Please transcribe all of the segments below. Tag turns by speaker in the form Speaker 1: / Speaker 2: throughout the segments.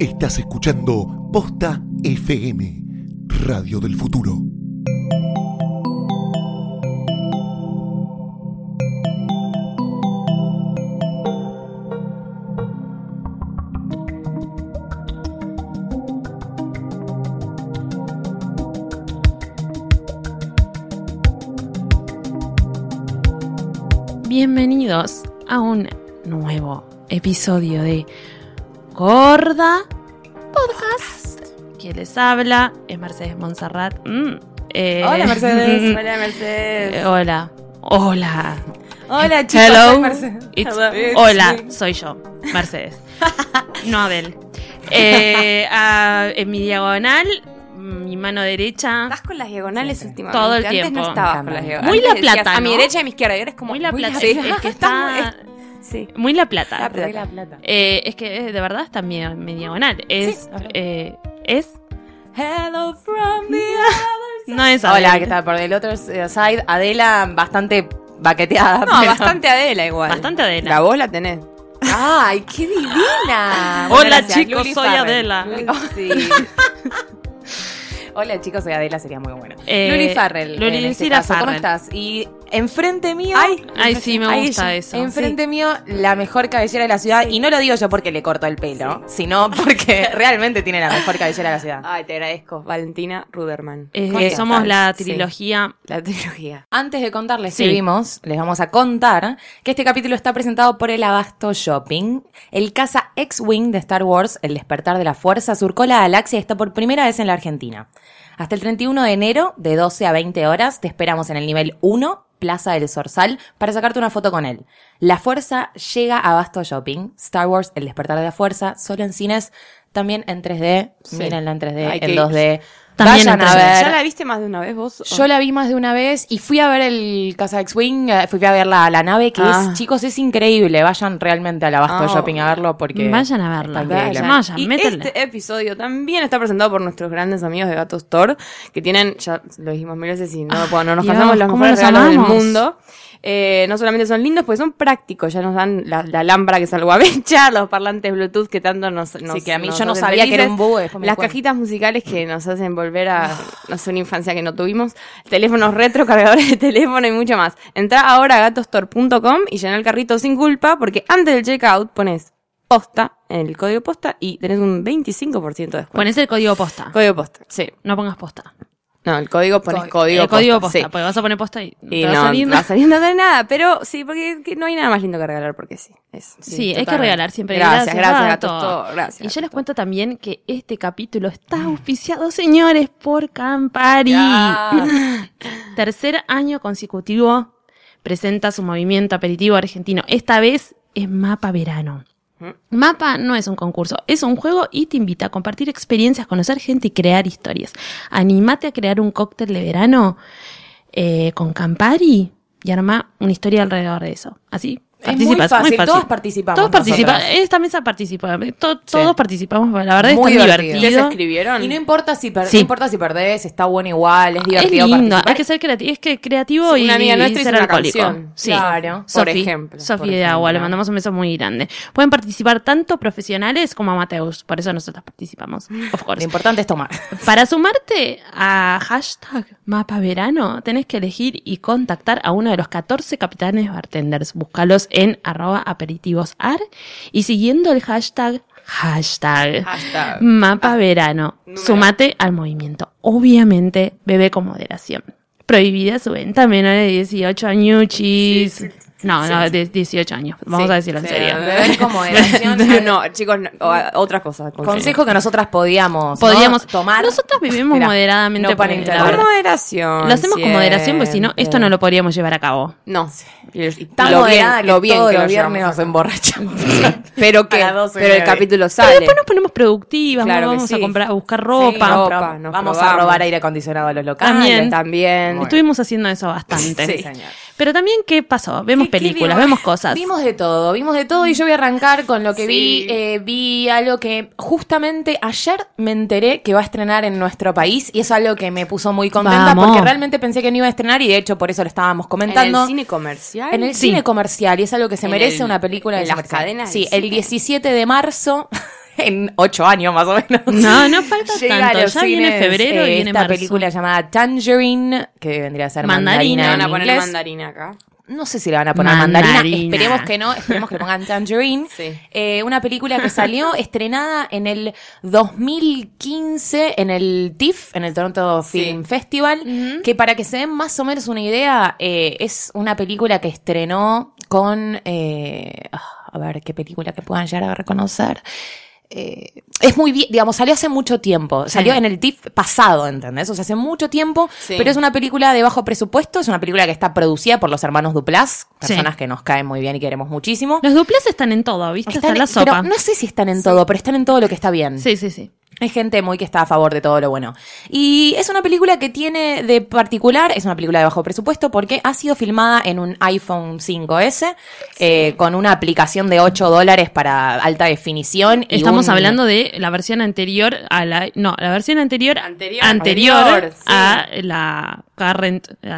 Speaker 1: Estás escuchando Posta FM, Radio del Futuro.
Speaker 2: Bienvenidos a un nuevo episodio de Gorda Podcast. Quien les habla es Mercedes Monserrat. Mm, eh,
Speaker 3: Hola Mercedes.
Speaker 2: mm,
Speaker 3: Hola
Speaker 2: eh,
Speaker 3: Mercedes.
Speaker 2: hola. Hola.
Speaker 3: Hola chicos.
Speaker 2: Hello.
Speaker 3: soy Mercedes. Eh,
Speaker 2: It's- eh,
Speaker 3: Hello, it's
Speaker 2: hola,
Speaker 3: me.
Speaker 2: soy yo, Mercedes. no Abel. Eh, a- en mi diagonal, mi mano derecha.
Speaker 3: Estás con las diagonales
Speaker 4: Siempre.
Speaker 3: últimamente.
Speaker 2: Todo el
Speaker 3: Antes
Speaker 2: tiempo.
Speaker 3: no estabas
Speaker 4: Encanta.
Speaker 3: con las diagonales.
Speaker 2: Muy La
Speaker 3: Antes decías,
Speaker 2: Plata,
Speaker 3: A mi
Speaker 2: ¿no?
Speaker 3: derecha y a mi izquierda. y Eres como
Speaker 2: Muy la plata.
Speaker 3: Sí.
Speaker 2: Es que
Speaker 3: Estás
Speaker 2: está.
Speaker 3: muy- Sí.
Speaker 2: Muy la plata.
Speaker 3: La Plata.
Speaker 4: la plata.
Speaker 2: Eh, es que eh, de verdad está mi, mi diagonal. Es.
Speaker 4: a ver.
Speaker 2: eh, es.
Speaker 3: Hello from the other side.
Speaker 2: No es Abel.
Speaker 4: Hola, ¿qué tal? Por el otro eh, side, Adela bastante baqueteada.
Speaker 3: No,
Speaker 4: pero-
Speaker 3: bastante Adela igual.
Speaker 2: Bastante Adela.
Speaker 3: La voz la tenés.
Speaker 4: ¡Ay, qué divina!
Speaker 2: Hola,
Speaker 4: gracias,
Speaker 2: chicos, soy
Speaker 4: Farrell.
Speaker 2: Adela.
Speaker 4: Sí. Hola chicos, soy Adela, sería muy bueno.
Speaker 2: Eh,
Speaker 4: Luli Farrell.
Speaker 2: Luli
Speaker 4: en este
Speaker 2: Cira
Speaker 4: caso. ¿Cómo
Speaker 2: Farrell.
Speaker 4: estás? Y enfrente mío.
Speaker 3: Ay,
Speaker 2: Ay, sí, me
Speaker 3: Ahí
Speaker 2: gusta
Speaker 3: ella.
Speaker 2: eso.
Speaker 4: Enfrente mío, la mejor cabellera de la ciudad. Y no lo digo yo porque le corto el pelo, sino porque realmente tiene la mejor cabellera de la ciudad.
Speaker 3: Ay, te agradezco. Valentina Ruderman.
Speaker 2: Eh,
Speaker 3: ¿Cómo
Speaker 2: somos
Speaker 3: estás?
Speaker 2: la
Speaker 3: Sí.
Speaker 2: trilogía.
Speaker 3: La trilogía.
Speaker 4: Antes de contarles
Speaker 2: Sí.
Speaker 4: que vimos, les vamos a contar que este capítulo está presentado por el Abasto Shopping. El caza X-Wing de Star Wars, El despertar de la fuerza, surcó la galaxia y está por primera vez en la Argentina. Hasta el 31 de enero, de 12 a 20 horas, te esperamos en el nivel 1, Plaza del Zorzal, para sacarte una foto con él. La fuerza llega a Abasto Shopping. Star Wars, El despertar de la fuerza, solo en cines, también en 3D.
Speaker 3: Sí.
Speaker 4: Mírenla en 3D,
Speaker 3: Hay que
Speaker 4: en
Speaker 3: ir.
Speaker 4: 2D.
Speaker 2: También
Speaker 4: Vayan
Speaker 2: en
Speaker 4: a
Speaker 2: 3D.
Speaker 4: ver.
Speaker 3: ¿Ya la viste más de una vez vos?
Speaker 4: Yo la vi más de una vez y fui a ver el Casa X-Wing, eh, fui a ver la, la nave que
Speaker 3: Ah.
Speaker 4: es, chicos, es increíble. Vayan realmente al Abasto
Speaker 3: Ah,
Speaker 4: Shopping a verlo porque.
Speaker 2: Vayan a verlo.
Speaker 4: está increíble.
Speaker 2: Vayan. Maya,
Speaker 3: y
Speaker 2: métele.
Speaker 3: este episodio también está presentado por nuestros grandes amigos de Gatos Thor, que tienen, ya lo dijimos mil veces y no, pues, no nos
Speaker 2: Ah, Dios,
Speaker 3: casamos, los
Speaker 2: ¿cómo
Speaker 3: mejores
Speaker 2: los
Speaker 3: regalos del
Speaker 2: amamos?
Speaker 3: mundo. Eh, no solamente son lindos, pues son prácticos, ya nos dan la, la lámpara que es algo becha, los parlantes Bluetooth que tanto nos... nos
Speaker 4: que a mí
Speaker 3: nos
Speaker 4: yo no
Speaker 3: hacen
Speaker 4: sabía que era un
Speaker 3: felices,
Speaker 4: búho, después me di
Speaker 3: Las
Speaker 4: cuenta.
Speaker 3: cajitas musicales
Speaker 2: Mm.
Speaker 3: que nos hacen volver
Speaker 2: Ah.
Speaker 3: a, no sé, una infancia que no tuvimos, teléfonos retro, cargadores de teléfono y mucho más. Entra ahora a gatostor.com y llena el carrito sin culpa, porque antes del checkout pones posta en el código posta y tenés un 25% de descuento.
Speaker 2: Pones el código posta.
Speaker 3: Código posta, sí.
Speaker 2: No pongas posta.
Speaker 3: No, el código pones
Speaker 4: Co-
Speaker 3: código
Speaker 2: el código posta.
Speaker 3: posta. sí.
Speaker 2: Porque vas a poner posta y,
Speaker 3: Y
Speaker 2: te va
Speaker 3: no,
Speaker 2: saliendo.
Speaker 3: no va saliendo de nada, pero sí, porque que no hay nada más lindo que regalar, porque sí. es-
Speaker 2: Sí,
Speaker 3: sí,
Speaker 2: hay que
Speaker 3: totalmente.
Speaker 2: regalar siempre.
Speaker 3: Gracias, gracias,
Speaker 2: Gato.
Speaker 3: gatos, todo, gracias.
Speaker 2: Y yo
Speaker 3: Gato.
Speaker 2: les cuento también que este capítulo está auspiciado, señores, por Campari. Tercer año consecutivo presenta su movimiento aperitivo argentino. Esta vez es Mapa Verano. Mapa no es un concurso, es un juego y te invita a compartir experiencias, conocer gente y crear historias. Animate a crear un cóctel de verano eh, con Campari y arma una historia alrededor de eso. Así.
Speaker 4: Es muy
Speaker 2: participas,
Speaker 4: fácil, todos participamos
Speaker 2: Todos participan,
Speaker 4: nosotras.
Speaker 2: esta mesa participa, eh, to- todos participamos, la verdad
Speaker 4: Muy
Speaker 2: es tan
Speaker 4: divertido.
Speaker 2: divertido.
Speaker 3: ¿Les escribieron?
Speaker 4: Y no importa si per-
Speaker 2: Sí.
Speaker 4: no importa si perdés, está bueno igual, es divertido.
Speaker 2: es lindo,
Speaker 4: participar.
Speaker 2: hay que ser creativo, es que creativo
Speaker 3: Sí,
Speaker 2: y,
Speaker 3: una amiga nuestra
Speaker 2: y
Speaker 3: hizo
Speaker 2: ser
Speaker 3: una
Speaker 2: alcohólico.
Speaker 3: canción,
Speaker 2: Sí.
Speaker 4: claro,
Speaker 3: por
Speaker 2: Sofi,
Speaker 3: ejemplo,
Speaker 2: Sofi
Speaker 3: por
Speaker 2: de Agua, le
Speaker 3: ejemplo.
Speaker 2: mandamos un beso muy grande. Pueden participar tanto profesionales como amateurs, por eso nosotros participamos. Of
Speaker 4: Lo
Speaker 2: course.
Speaker 4: importante es tomar.
Speaker 2: Para sumarte a hashtag mapa verano, tenés que elegir y contactar a uno de los 14 capitanes bartenders. Búscalos en arroba aperitivosar y siguiendo el hashtag hashtag,
Speaker 3: Hashtag. Ah,
Speaker 2: mapa verano.
Speaker 3: Número.
Speaker 2: Sumate al movimiento. Obviamente, bebe con moderación. Prohibida su venta a menores de 18 añuchis. No, no, de 18 años. Vamos
Speaker 3: Sí,
Speaker 2: a decirlo en
Speaker 3: sí,
Speaker 2: serio.
Speaker 3: a
Speaker 4: Beber como educación.
Speaker 3: No, chicos, no, o a- otras cosas.
Speaker 4: Consejo que nosotras podíamos ¿no?
Speaker 2: Podríamos
Speaker 4: tomar.
Speaker 2: Nosotras vivimos
Speaker 4: Mirá,
Speaker 2: moderadamente
Speaker 4: No
Speaker 2: porque
Speaker 4: para
Speaker 2: la
Speaker 3: Con
Speaker 4: interrumpir.
Speaker 2: verdad-
Speaker 3: moderación.
Speaker 2: Lo hacemos con moderación porque si no, esto no lo podríamos llevar a cabo.
Speaker 3: No. Y- y
Speaker 4: Tan
Speaker 3: lo bien,
Speaker 4: moderada que
Speaker 3: lo bien
Speaker 4: todos
Speaker 3: que lo
Speaker 4: los viernes
Speaker 3: llevamos.
Speaker 4: nos emborrachamos.
Speaker 3: Pero que,
Speaker 4: A las doce y
Speaker 3: pero el
Speaker 4: media.
Speaker 3: capítulo
Speaker 2: Pero
Speaker 3: sale.
Speaker 2: después nos ponemos productivas,
Speaker 3: Claro que
Speaker 2: vamos a
Speaker 3: sí.
Speaker 2: comprar, a buscar
Speaker 4: Sí,
Speaker 2: ropa.
Speaker 3: ropa,
Speaker 4: ropa,
Speaker 3: nos
Speaker 4: vamos a
Speaker 3: probamos.
Speaker 4: robar aire acondicionado a los locales.
Speaker 2: También.
Speaker 3: También.
Speaker 2: Estuvimos haciendo eso bastante.
Speaker 4: Sí, señor.
Speaker 2: Pero también, ¿qué pasó? Vemos
Speaker 4: ¿Qué- qué
Speaker 2: películas,
Speaker 4: vimos?
Speaker 2: vemos cosas.
Speaker 4: Vimos de todo, vimos de todo y yo voy a arrancar con lo que vi. Eh, vi algo que justamente ayer me enteré que va a estrenar en nuestro país y es algo que me puso muy contenta
Speaker 2: Vamos.
Speaker 4: porque realmente pensé que no iba a estrenar y de hecho por eso lo estábamos
Speaker 3: En
Speaker 4: comentando.
Speaker 3: el cine comercial.
Speaker 4: En el
Speaker 2: Sí.
Speaker 4: cine comercial, y es algo que se
Speaker 3: En
Speaker 4: merece
Speaker 3: el-
Speaker 4: una película de
Speaker 3: en las
Speaker 4: comercial.
Speaker 3: cadenas de
Speaker 4: Sí,
Speaker 3: cine.
Speaker 4: el 17 de marzo, en ocho años más o menos.
Speaker 2: No, no falta
Speaker 4: llega
Speaker 2: tanto.
Speaker 4: a los
Speaker 2: Ya viene
Speaker 4: cines,
Speaker 2: febrero y
Speaker 4: eh,
Speaker 2: viene
Speaker 4: esta
Speaker 2: marzo.
Speaker 4: película llamada Tangerine, que vendría a ser
Speaker 2: Mandarina.
Speaker 4: mandarina.
Speaker 3: Le van a
Speaker 4: en
Speaker 3: poner
Speaker 4: inglés.
Speaker 3: mandarina acá.
Speaker 4: No sé si le van a poner
Speaker 2: Mandarina.
Speaker 4: mandarina. Esperemos que no, esperemos que le pongan tangerine.
Speaker 3: Sí.
Speaker 4: Eh, una película que salió estrenada en el 2015 en el TIFF, en el Toronto Film
Speaker 3: Sí.
Speaker 4: Festival, que para que se den más o menos una idea, eh, es una película que estrenó con, eh, ah, a ver, qué película que puedan llegar a reconocer. Eh, es muy bien, digamos, salió hace mucho tiempo, salió en el TIFF pasado, ¿entendés? O sea, hace mucho tiempo,
Speaker 3: Sí.
Speaker 4: pero es una película de bajo presupuesto, es una película que está producida por los hermanos Duplass, personas
Speaker 2: Sí.
Speaker 4: que nos caen muy bien y queremos muchísimo.
Speaker 2: Los duplas están en todo, ¿viste? Hasta
Speaker 4: Están-
Speaker 2: la sopa.
Speaker 4: Pero no sé si están en todo, pero están en todo lo que está bien.
Speaker 2: Sí, sí, sí.
Speaker 4: Hay gente muy que está a favor de todo lo bueno. Y es una película que tiene de particular, es una película de bajo presupuesto porque ha sido filmada en un iPhone 5S eh, con una aplicación de 8 dólares para alta definición. y
Speaker 2: Estamos
Speaker 4: un-
Speaker 2: hablando de la versión anterior a la. No, la versión anterior.
Speaker 3: Anterior.
Speaker 2: anterior
Speaker 3: Anterior, sí.
Speaker 2: a la current. A,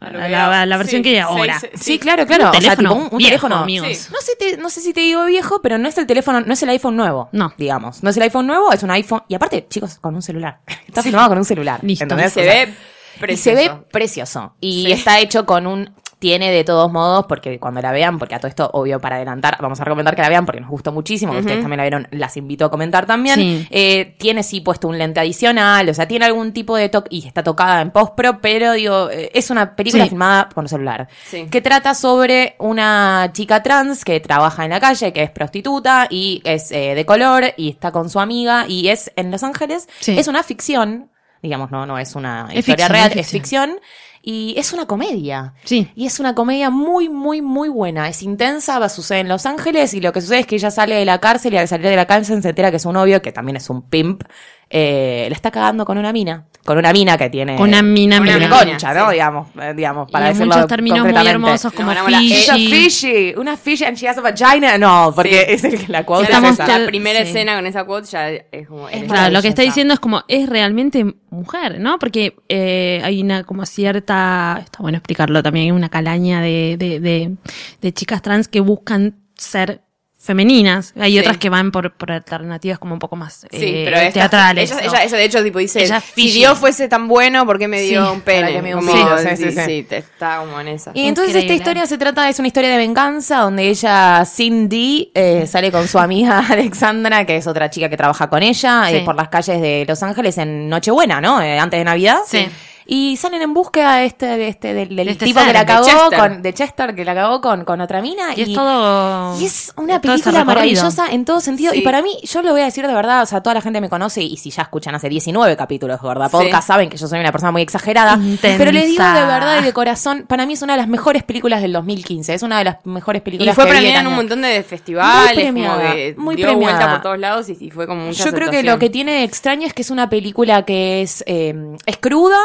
Speaker 2: a-
Speaker 3: A lo
Speaker 2: a
Speaker 3: que
Speaker 2: la,
Speaker 3: era.
Speaker 2: a la versión
Speaker 3: Sí,
Speaker 2: que hay
Speaker 3: seis-
Speaker 2: ahora.
Speaker 4: Sí, claro, claro.
Speaker 2: Un
Speaker 4: O sea,
Speaker 2: teléfono
Speaker 4: tipo, un- un
Speaker 2: viejo,
Speaker 4: teléfono.
Speaker 2: amigos.
Speaker 3: Sí.
Speaker 4: Pues, No sé, te- no sé si te digo viejo, pero no es el teléfono, no es el iPhone nuevo.
Speaker 2: No.
Speaker 4: Digamos. No es el iPhone nuevo, es un iPhone. Y aparte, chicos, con un celular. Está filmado con un celular.
Speaker 2: Listo.
Speaker 4: ¿entendés?
Speaker 3: Se
Speaker 4: O sea,
Speaker 3: ve
Speaker 4: y se ve
Speaker 3: precioso.
Speaker 4: precioso. Y
Speaker 3: Sí.
Speaker 4: está hecho con un. Tiene de todos modos, porque cuando la vean, porque a todo esto, obvio, para adelantar, vamos a recomendar que la vean porque nos gustó muchísimo, que ustedes también la vieron, las invito a comentar también.
Speaker 2: Sí.
Speaker 4: Eh, tiene sí puesto un lente adicional, o sea, tiene algún tipo de toque, y está tocada en postpro, pero digo, eh, es una película
Speaker 2: Sí.
Speaker 4: filmada con celular.
Speaker 3: Sí.
Speaker 4: Que trata sobre una chica trans que trabaja en la calle, que es prostituta y es eh, de color y está con su amiga y es en Los Ángeles.
Speaker 2: Sí.
Speaker 4: Es una ficción, digamos, no, no es una
Speaker 2: Es
Speaker 4: historia
Speaker 2: ficción,
Speaker 4: real,
Speaker 2: es
Speaker 4: es ficción. Y es una comedia.
Speaker 2: Sí.
Speaker 4: Y es una comedia muy, muy, muy buena. Es intensa, va, sucede en Los Ángeles y lo que sucede es que ella sale de la cárcel y al salir de la cárcel se entera que su novio, que también es un pimp, eh, la está cagando con una mina. Con una mina que tiene...
Speaker 2: Con una mina
Speaker 4: que
Speaker 3: Una
Speaker 2: mina.
Speaker 4: tiene
Speaker 3: mina.
Speaker 4: concha, ¿no?
Speaker 3: sí.
Speaker 4: Digamos, eh, digamos, para
Speaker 2: y en
Speaker 4: decirlo
Speaker 2: muchos términos muy
Speaker 4: concretamente.
Speaker 2: hermosos como
Speaker 3: No, no, la-
Speaker 2: fishy.
Speaker 4: She's a fishy, una fishy and she has a vagina and all, porque
Speaker 3: Sí.
Speaker 4: es el- la cuota
Speaker 2: Estamos
Speaker 4: es esa.
Speaker 2: ya-
Speaker 3: la primera
Speaker 2: sí.
Speaker 3: escena con esa quote ya es como. eres
Speaker 2: Claro, lo que está
Speaker 3: maravillosa.
Speaker 2: diciendo es como es realmente mujer, ¿no? Porque eh, hay una como cierta, está bueno explicarlo también, hay una calaña de, de, de, de chicas trans que buscan ser femeninas. Hay
Speaker 3: Sí.
Speaker 2: otras que van por, por alternativas como un poco más
Speaker 3: Sí,
Speaker 2: eh,
Speaker 3: pero esta-
Speaker 2: teatrales.
Speaker 3: Ella,
Speaker 2: ¿no?
Speaker 3: ella, ella de hecho tipo dice,
Speaker 2: Ella
Speaker 3: si
Speaker 2: fishy.
Speaker 3: Dios fuese tan bueno, ¿por qué me dio
Speaker 2: Sí,
Speaker 3: un
Speaker 4: para
Speaker 3: pene?
Speaker 4: que me dio un
Speaker 3: Como,
Speaker 4: sí, sí,
Speaker 3: sí,
Speaker 4: sí.
Speaker 3: sí, te- está como en esa.
Speaker 4: Y entonces
Speaker 2: Increíble.
Speaker 4: esta historia se trata, es una historia de venganza donde ella, Cindy, eh, sale con su amiga Alexandra, que es otra chica que trabaja con ella,
Speaker 2: Sí.
Speaker 4: eh, por las calles de Los Ángeles en Nochebuena, ¿no? Eh, antes de Navidad.
Speaker 2: Sí.
Speaker 4: Y salen en búsqueda de este, de este, del, del
Speaker 2: De este
Speaker 4: tipo
Speaker 2: ser,
Speaker 4: que la
Speaker 2: de
Speaker 4: cagó,
Speaker 3: Chester.
Speaker 4: con, de Chester, que la cagó con, con otra mina.
Speaker 2: y es todo.
Speaker 4: Y es una
Speaker 2: todo ese
Speaker 4: película
Speaker 2: recorrido.
Speaker 4: maravillosa en todo sentido.
Speaker 3: Sí.
Speaker 4: Y para mí, yo lo voy a decir de verdad, o sea, toda la gente me conoce y si ya escuchan hace 19 capítulos de verdad
Speaker 3: Sí.
Speaker 4: podcast, saben que yo soy una persona muy exagerada.
Speaker 2: Intensa.
Speaker 4: Pero le digo de verdad y de corazón, para mí es una de las mejores películas del 2015. Es una de las mejores
Speaker 3: Y
Speaker 4: películas
Speaker 3: fue
Speaker 4: que vi
Speaker 3: premiada en
Speaker 4: este
Speaker 3: un
Speaker 4: año.
Speaker 3: montón de festivales,
Speaker 4: Muy
Speaker 3: como
Speaker 4: premiada,
Speaker 3: que
Speaker 4: muy
Speaker 3: dio
Speaker 4: premiada.
Speaker 3: vuelta por todos lados y, y fue como mucha
Speaker 4: Yo creo que
Speaker 3: aceptación.
Speaker 4: lo que tiene de extraño es que es una película que es, eh, es cruda,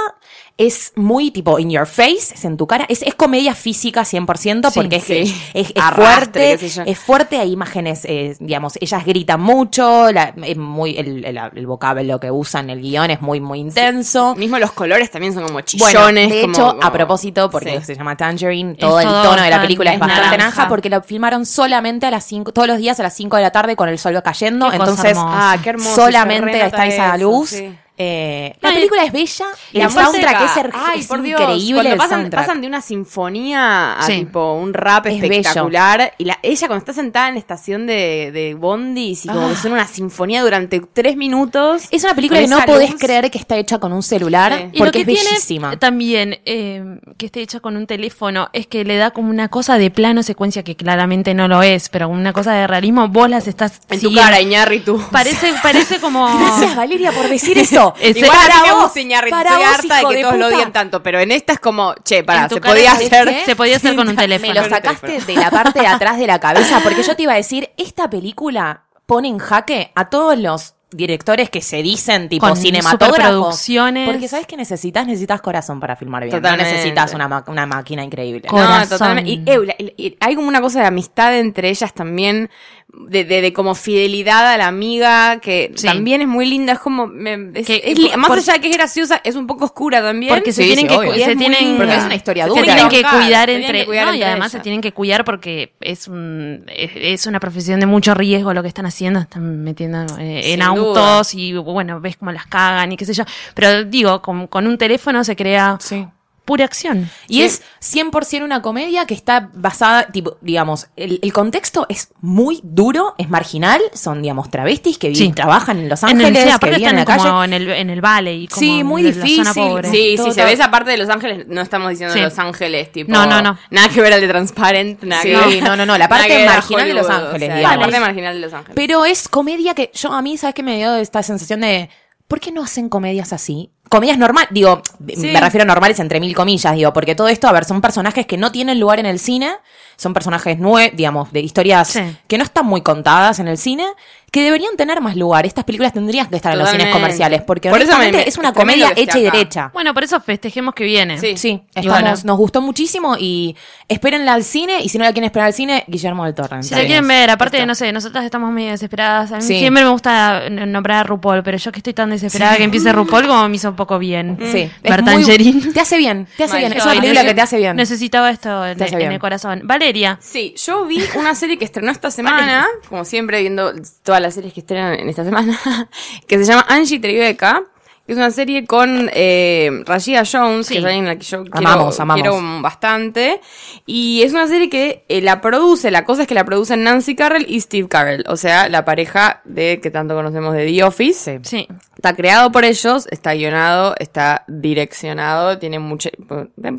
Speaker 4: es muy tipo in your face, es en tu cara, es, es comedia física 100%
Speaker 2: Sí,
Speaker 4: porque es-
Speaker 3: sí.
Speaker 4: es, es
Speaker 3: Arrastre, qué
Speaker 4: fuerte,
Speaker 3: sé yo.
Speaker 4: es fuerte, hay imágenes, eh, digamos, ellas gritan mucho, la- es muy, el, el- el vocablo que usan, el guión es muy, muy intenso.
Speaker 3: Mismo los colores también son como chillones.
Speaker 4: Bueno, de
Speaker 3: como-
Speaker 4: hecho,
Speaker 3: como-
Speaker 4: a propósito, porque
Speaker 3: Sí.
Speaker 4: se llama Tangerine, todo el
Speaker 2: todo
Speaker 4: tono de la
Speaker 2: tan-
Speaker 4: película es
Speaker 2: es
Speaker 4: bastante
Speaker 2: naranja.
Speaker 4: naranja, porque lo filmaron solamente a las 5, todos los días a las 5 de la tarde con el sol cayendo,
Speaker 2: Qué cosa
Speaker 4: entonces
Speaker 2: hermosa.
Speaker 3: Ah, qué hermoso.
Speaker 4: solamente
Speaker 3: se
Speaker 4: está
Speaker 3: renota
Speaker 4: esa
Speaker 3: eso,
Speaker 4: luz.
Speaker 3: sí.
Speaker 4: Eh, la
Speaker 2: No,
Speaker 4: película es bella,
Speaker 3: Y
Speaker 4: la
Speaker 3: la
Speaker 4: soundtrack es,
Speaker 3: música,
Speaker 4: er-
Speaker 3: ay,
Speaker 4: es
Speaker 3: por Dios,
Speaker 4: increíble.
Speaker 3: cuando
Speaker 4: El
Speaker 3: pasan,
Speaker 4: soundtrack.
Speaker 3: pasan de una sinfonía a
Speaker 2: Sí.
Speaker 3: tipo un rap
Speaker 4: Es bello.
Speaker 3: espectacular. Y la, ella cuando está sentada en la estación de, de Bondis y
Speaker 4: Ah.
Speaker 3: como que suena una sinfonía durante tres minutos.
Speaker 4: Es una película
Speaker 3: con
Speaker 4: que no
Speaker 3: esa
Speaker 4: podés
Speaker 3: luz.
Speaker 4: creer que está hecha con un celular
Speaker 3: Sí.
Speaker 2: Y lo
Speaker 4: porque
Speaker 2: que
Speaker 4: es
Speaker 2: tiene
Speaker 4: bellísima.
Speaker 2: también eh, que esté hecha con un teléfono es que le da como una cosa de plano secuencia que claramente no lo es, pero una cosa de realismo, vos las estás
Speaker 3: En tu
Speaker 2: siguiendo.
Speaker 3: cara, Iñárritu.
Speaker 2: Parece, parece como...
Speaker 4: Gracias, Valeria, por decir eso.
Speaker 2: Ese-
Speaker 3: Igual
Speaker 2: Para
Speaker 3: a mí me
Speaker 4: vos,
Speaker 3: gusta Iñárritu,
Speaker 4: para
Speaker 3: estoy
Speaker 4: vos,
Speaker 3: harta de
Speaker 4: hijo
Speaker 3: que
Speaker 4: de
Speaker 3: todos lo
Speaker 4: puta.
Speaker 3: odian tanto, pero en esta es como, che,
Speaker 2: En
Speaker 3: pará,
Speaker 2: tu
Speaker 3: se
Speaker 2: cara,
Speaker 3: podía
Speaker 2: ¿sabés
Speaker 3: hacer...
Speaker 2: qué? Se podía hacer con un teléfono.
Speaker 4: Me lo
Speaker 3: Con un
Speaker 4: sacaste de
Speaker 3: teléfono.
Speaker 4: la parte de atrás de la cabeza, porque yo te iba a decir, esta película pone en jaque a todos los directores que se dicen tipo
Speaker 2: Con
Speaker 4: cinematógrafos.
Speaker 2: superproducciones.
Speaker 4: Porque sabes que necesitas, necesitas corazón para filmar bien.
Speaker 3: Totalmente.
Speaker 4: No necesitas una, ma- una máquina increíble.
Speaker 2: Co- Corazón.
Speaker 3: No, totalmente. Y, eh, la- y- y hay como una cosa de amistad entre ellas también, de, de, de como fidelidad a la amiga, que
Speaker 2: Sí.
Speaker 3: también es muy linda, es como... me- es-
Speaker 2: Que-
Speaker 3: es li-
Speaker 2: por-
Speaker 3: más
Speaker 2: por-
Speaker 3: allá de que es graciosa, es un poco oscura también.
Speaker 2: Porque se
Speaker 4: Sí,
Speaker 2: tienen
Speaker 4: sí,
Speaker 2: que
Speaker 4: obvio.
Speaker 2: cu-
Speaker 4: Y
Speaker 3: es
Speaker 2: se
Speaker 3: muy
Speaker 2: tienen
Speaker 3: Porque
Speaker 4: es una historia
Speaker 2: se
Speaker 4: dura.
Speaker 2: tienen que
Speaker 3: Claro,
Speaker 2: cuidar
Speaker 3: se tienen
Speaker 2: entre
Speaker 3: que cuidar
Speaker 2: no, y
Speaker 3: entre
Speaker 2: además se
Speaker 3: ellas.
Speaker 2: tienen que cuidar porque es un es, es una profesión de mucho riesgo lo que están haciendo, están metiendo eh, en
Speaker 3: Sin
Speaker 2: autos y bueno, ves cómo las cagan y qué sé yo, pero digo, con, con un teléfono se crea
Speaker 4: Sí.
Speaker 2: pura acción.
Speaker 4: Y es 100% una comedia que está basada, tipo, digamos, el, el contexto es muy duro, es marginal, son, digamos, travestis que viven,
Speaker 2: Sí.
Speaker 4: trabajan en Los
Speaker 2: En el-
Speaker 4: Ángeles,
Speaker 2: sí,
Speaker 4: que
Speaker 2: aparte
Speaker 4: viven en
Speaker 2: están
Speaker 4: la
Speaker 2: como
Speaker 4: calle.
Speaker 2: en el en el valley, como
Speaker 4: Sí, muy
Speaker 2: en la zona
Speaker 4: difícil.
Speaker 2: pobre.
Speaker 3: Sí,
Speaker 4: Todo,
Speaker 3: sí, se
Speaker 4: todo.
Speaker 3: ve esa parte de Los Ángeles, no estamos diciendo
Speaker 2: Sí.
Speaker 3: Los Ángeles, tipo...
Speaker 2: No, no, no.
Speaker 3: Nada que ver al de Transparent, nada
Speaker 4: Sí,
Speaker 3: que ver-
Speaker 4: no, no, no, la
Speaker 3: nada
Speaker 4: parte
Speaker 3: que ver a
Speaker 4: marginal de Los
Speaker 3: Hollywood,
Speaker 4: Ángeles,
Speaker 3: o sea,
Speaker 2: digamos.
Speaker 3: La parte marginal de Los Ángeles.
Speaker 4: Pero es comedia que yo a mí, ¿sabes qué me dio esta sensación de... ¿Por qué no hacen comedias así? Comedias normales, digo,
Speaker 3: Sí.
Speaker 4: me refiero a normales entre mil comillas, digo, porque todo esto, a ver, son personajes que no tienen lugar en el cine, son personajes nuevos, digamos, de historias
Speaker 2: Sí.
Speaker 4: que no están muy contadas en el cine, que deberían tener más lugar. Estas películas tendrían que estar en los cines
Speaker 3: Totalmente.
Speaker 4: comerciales, porque
Speaker 3: Por eso me-
Speaker 4: honestamente,
Speaker 3: me-
Speaker 4: es una
Speaker 3: tremendo
Speaker 4: comedia
Speaker 3: que esté
Speaker 4: hecha y
Speaker 3: acá.
Speaker 4: derecha.
Speaker 2: Bueno, por eso festejemos que viene.
Speaker 3: Sí.
Speaker 4: Sí,
Speaker 2: Y
Speaker 4: estamos,
Speaker 2: bueno.
Speaker 4: nos gustó muchísimo y espérenla al cine y si no la quieren esperar al cine, Guillermo del Torre.
Speaker 2: Si la quieren ver, aparte, no sé, nosotras estamos medio desesperadas. A mí
Speaker 4: Sí.
Speaker 2: siempre me gusta n- nombrar a RuPaul, pero yo que estoy tan desesperada que empiece RuPaul como me hizo un poco bien.
Speaker 3: Mm.
Speaker 4: Sí, Mm. es
Speaker 2: Ver
Speaker 4: muy-
Speaker 2: Tangerine.
Speaker 4: Te hace bien, te hace
Speaker 3: My
Speaker 4: bien. Es
Speaker 3: God.
Speaker 4: una película
Speaker 3: Neces-
Speaker 4: que te hace bien.
Speaker 2: Necesitaba esto en,
Speaker 4: Te hace
Speaker 2: en
Speaker 4: bien.
Speaker 2: el corazón. Valeria.
Speaker 3: Sí, yo vi una serie que estrenó esta semana, como siempre viendo todas las series que estrenan en esta semana, que se llama Angie Tribeca, que es una serie con eh, Rashida Jones, que
Speaker 2: Sí.
Speaker 3: es alguien a la que yo quiero,
Speaker 4: Amamos, amamos.
Speaker 3: quiero bastante, y es una serie que eh, la produce, la cosa es que la producen Nancy Carroll y Steve Carroll, o sea, la pareja de que tanto conocemos de The Office.
Speaker 2: Sí.
Speaker 3: Está creado por ellos, está guionado, está direccionado, tiene mucho...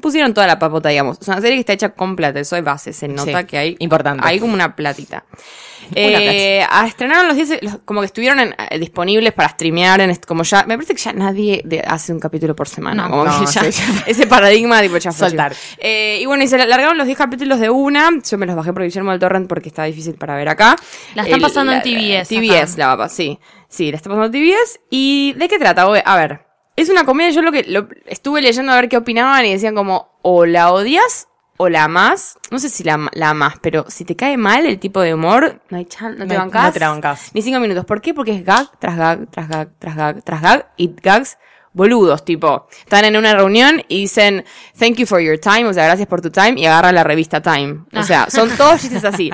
Speaker 3: Pusieron toda la papota, digamos. Es una serie que está hecha con plata, eso es base, se nota
Speaker 4: Sí,
Speaker 3: que hay...
Speaker 4: importante.
Speaker 3: Hay como una platita.
Speaker 4: Una
Speaker 3: Eh, ah, estrenaron los 10, los- como que estuvieron en- eh, disponibles para streamear, en, est- como ya... Me parece que ya nadie de- hace un capítulo por semana,
Speaker 2: No.
Speaker 3: como
Speaker 4: No,
Speaker 3: que ya-
Speaker 4: sí.
Speaker 3: ese paradigma tipo ya fue,
Speaker 4: Soltar.
Speaker 3: chicos. Eh, y bueno, y se largaron los 10 capítulos de una, yo me los bajé por Guillermo del Torrent porque está difícil para ver acá.
Speaker 2: La están pasando en TBS
Speaker 3: TBS,
Speaker 2: acá.
Speaker 3: la papa, sí. Sí, la está pasando TVS. ¿Y de qué trata? Oe? A ver, es una comedia, yo lo que lo- estuve leyendo a ver qué opinaban y decían como, o la odias o la amas. No sé si la, am- la amas, pero si te cae mal el tipo de humor, no, hay chan- no te
Speaker 4: No-
Speaker 3: bancás.
Speaker 4: no te la bancás.
Speaker 3: Ni cinco minutos. ¿Por qué? Porque es gag tras gag, tras gag, tras gag, tras gag y gags boludos, tipo, están en una reunión y dicen, thank you for your time, o sea, gracias por tu time, y agarra la revista Time. O sea, son todos chistes así.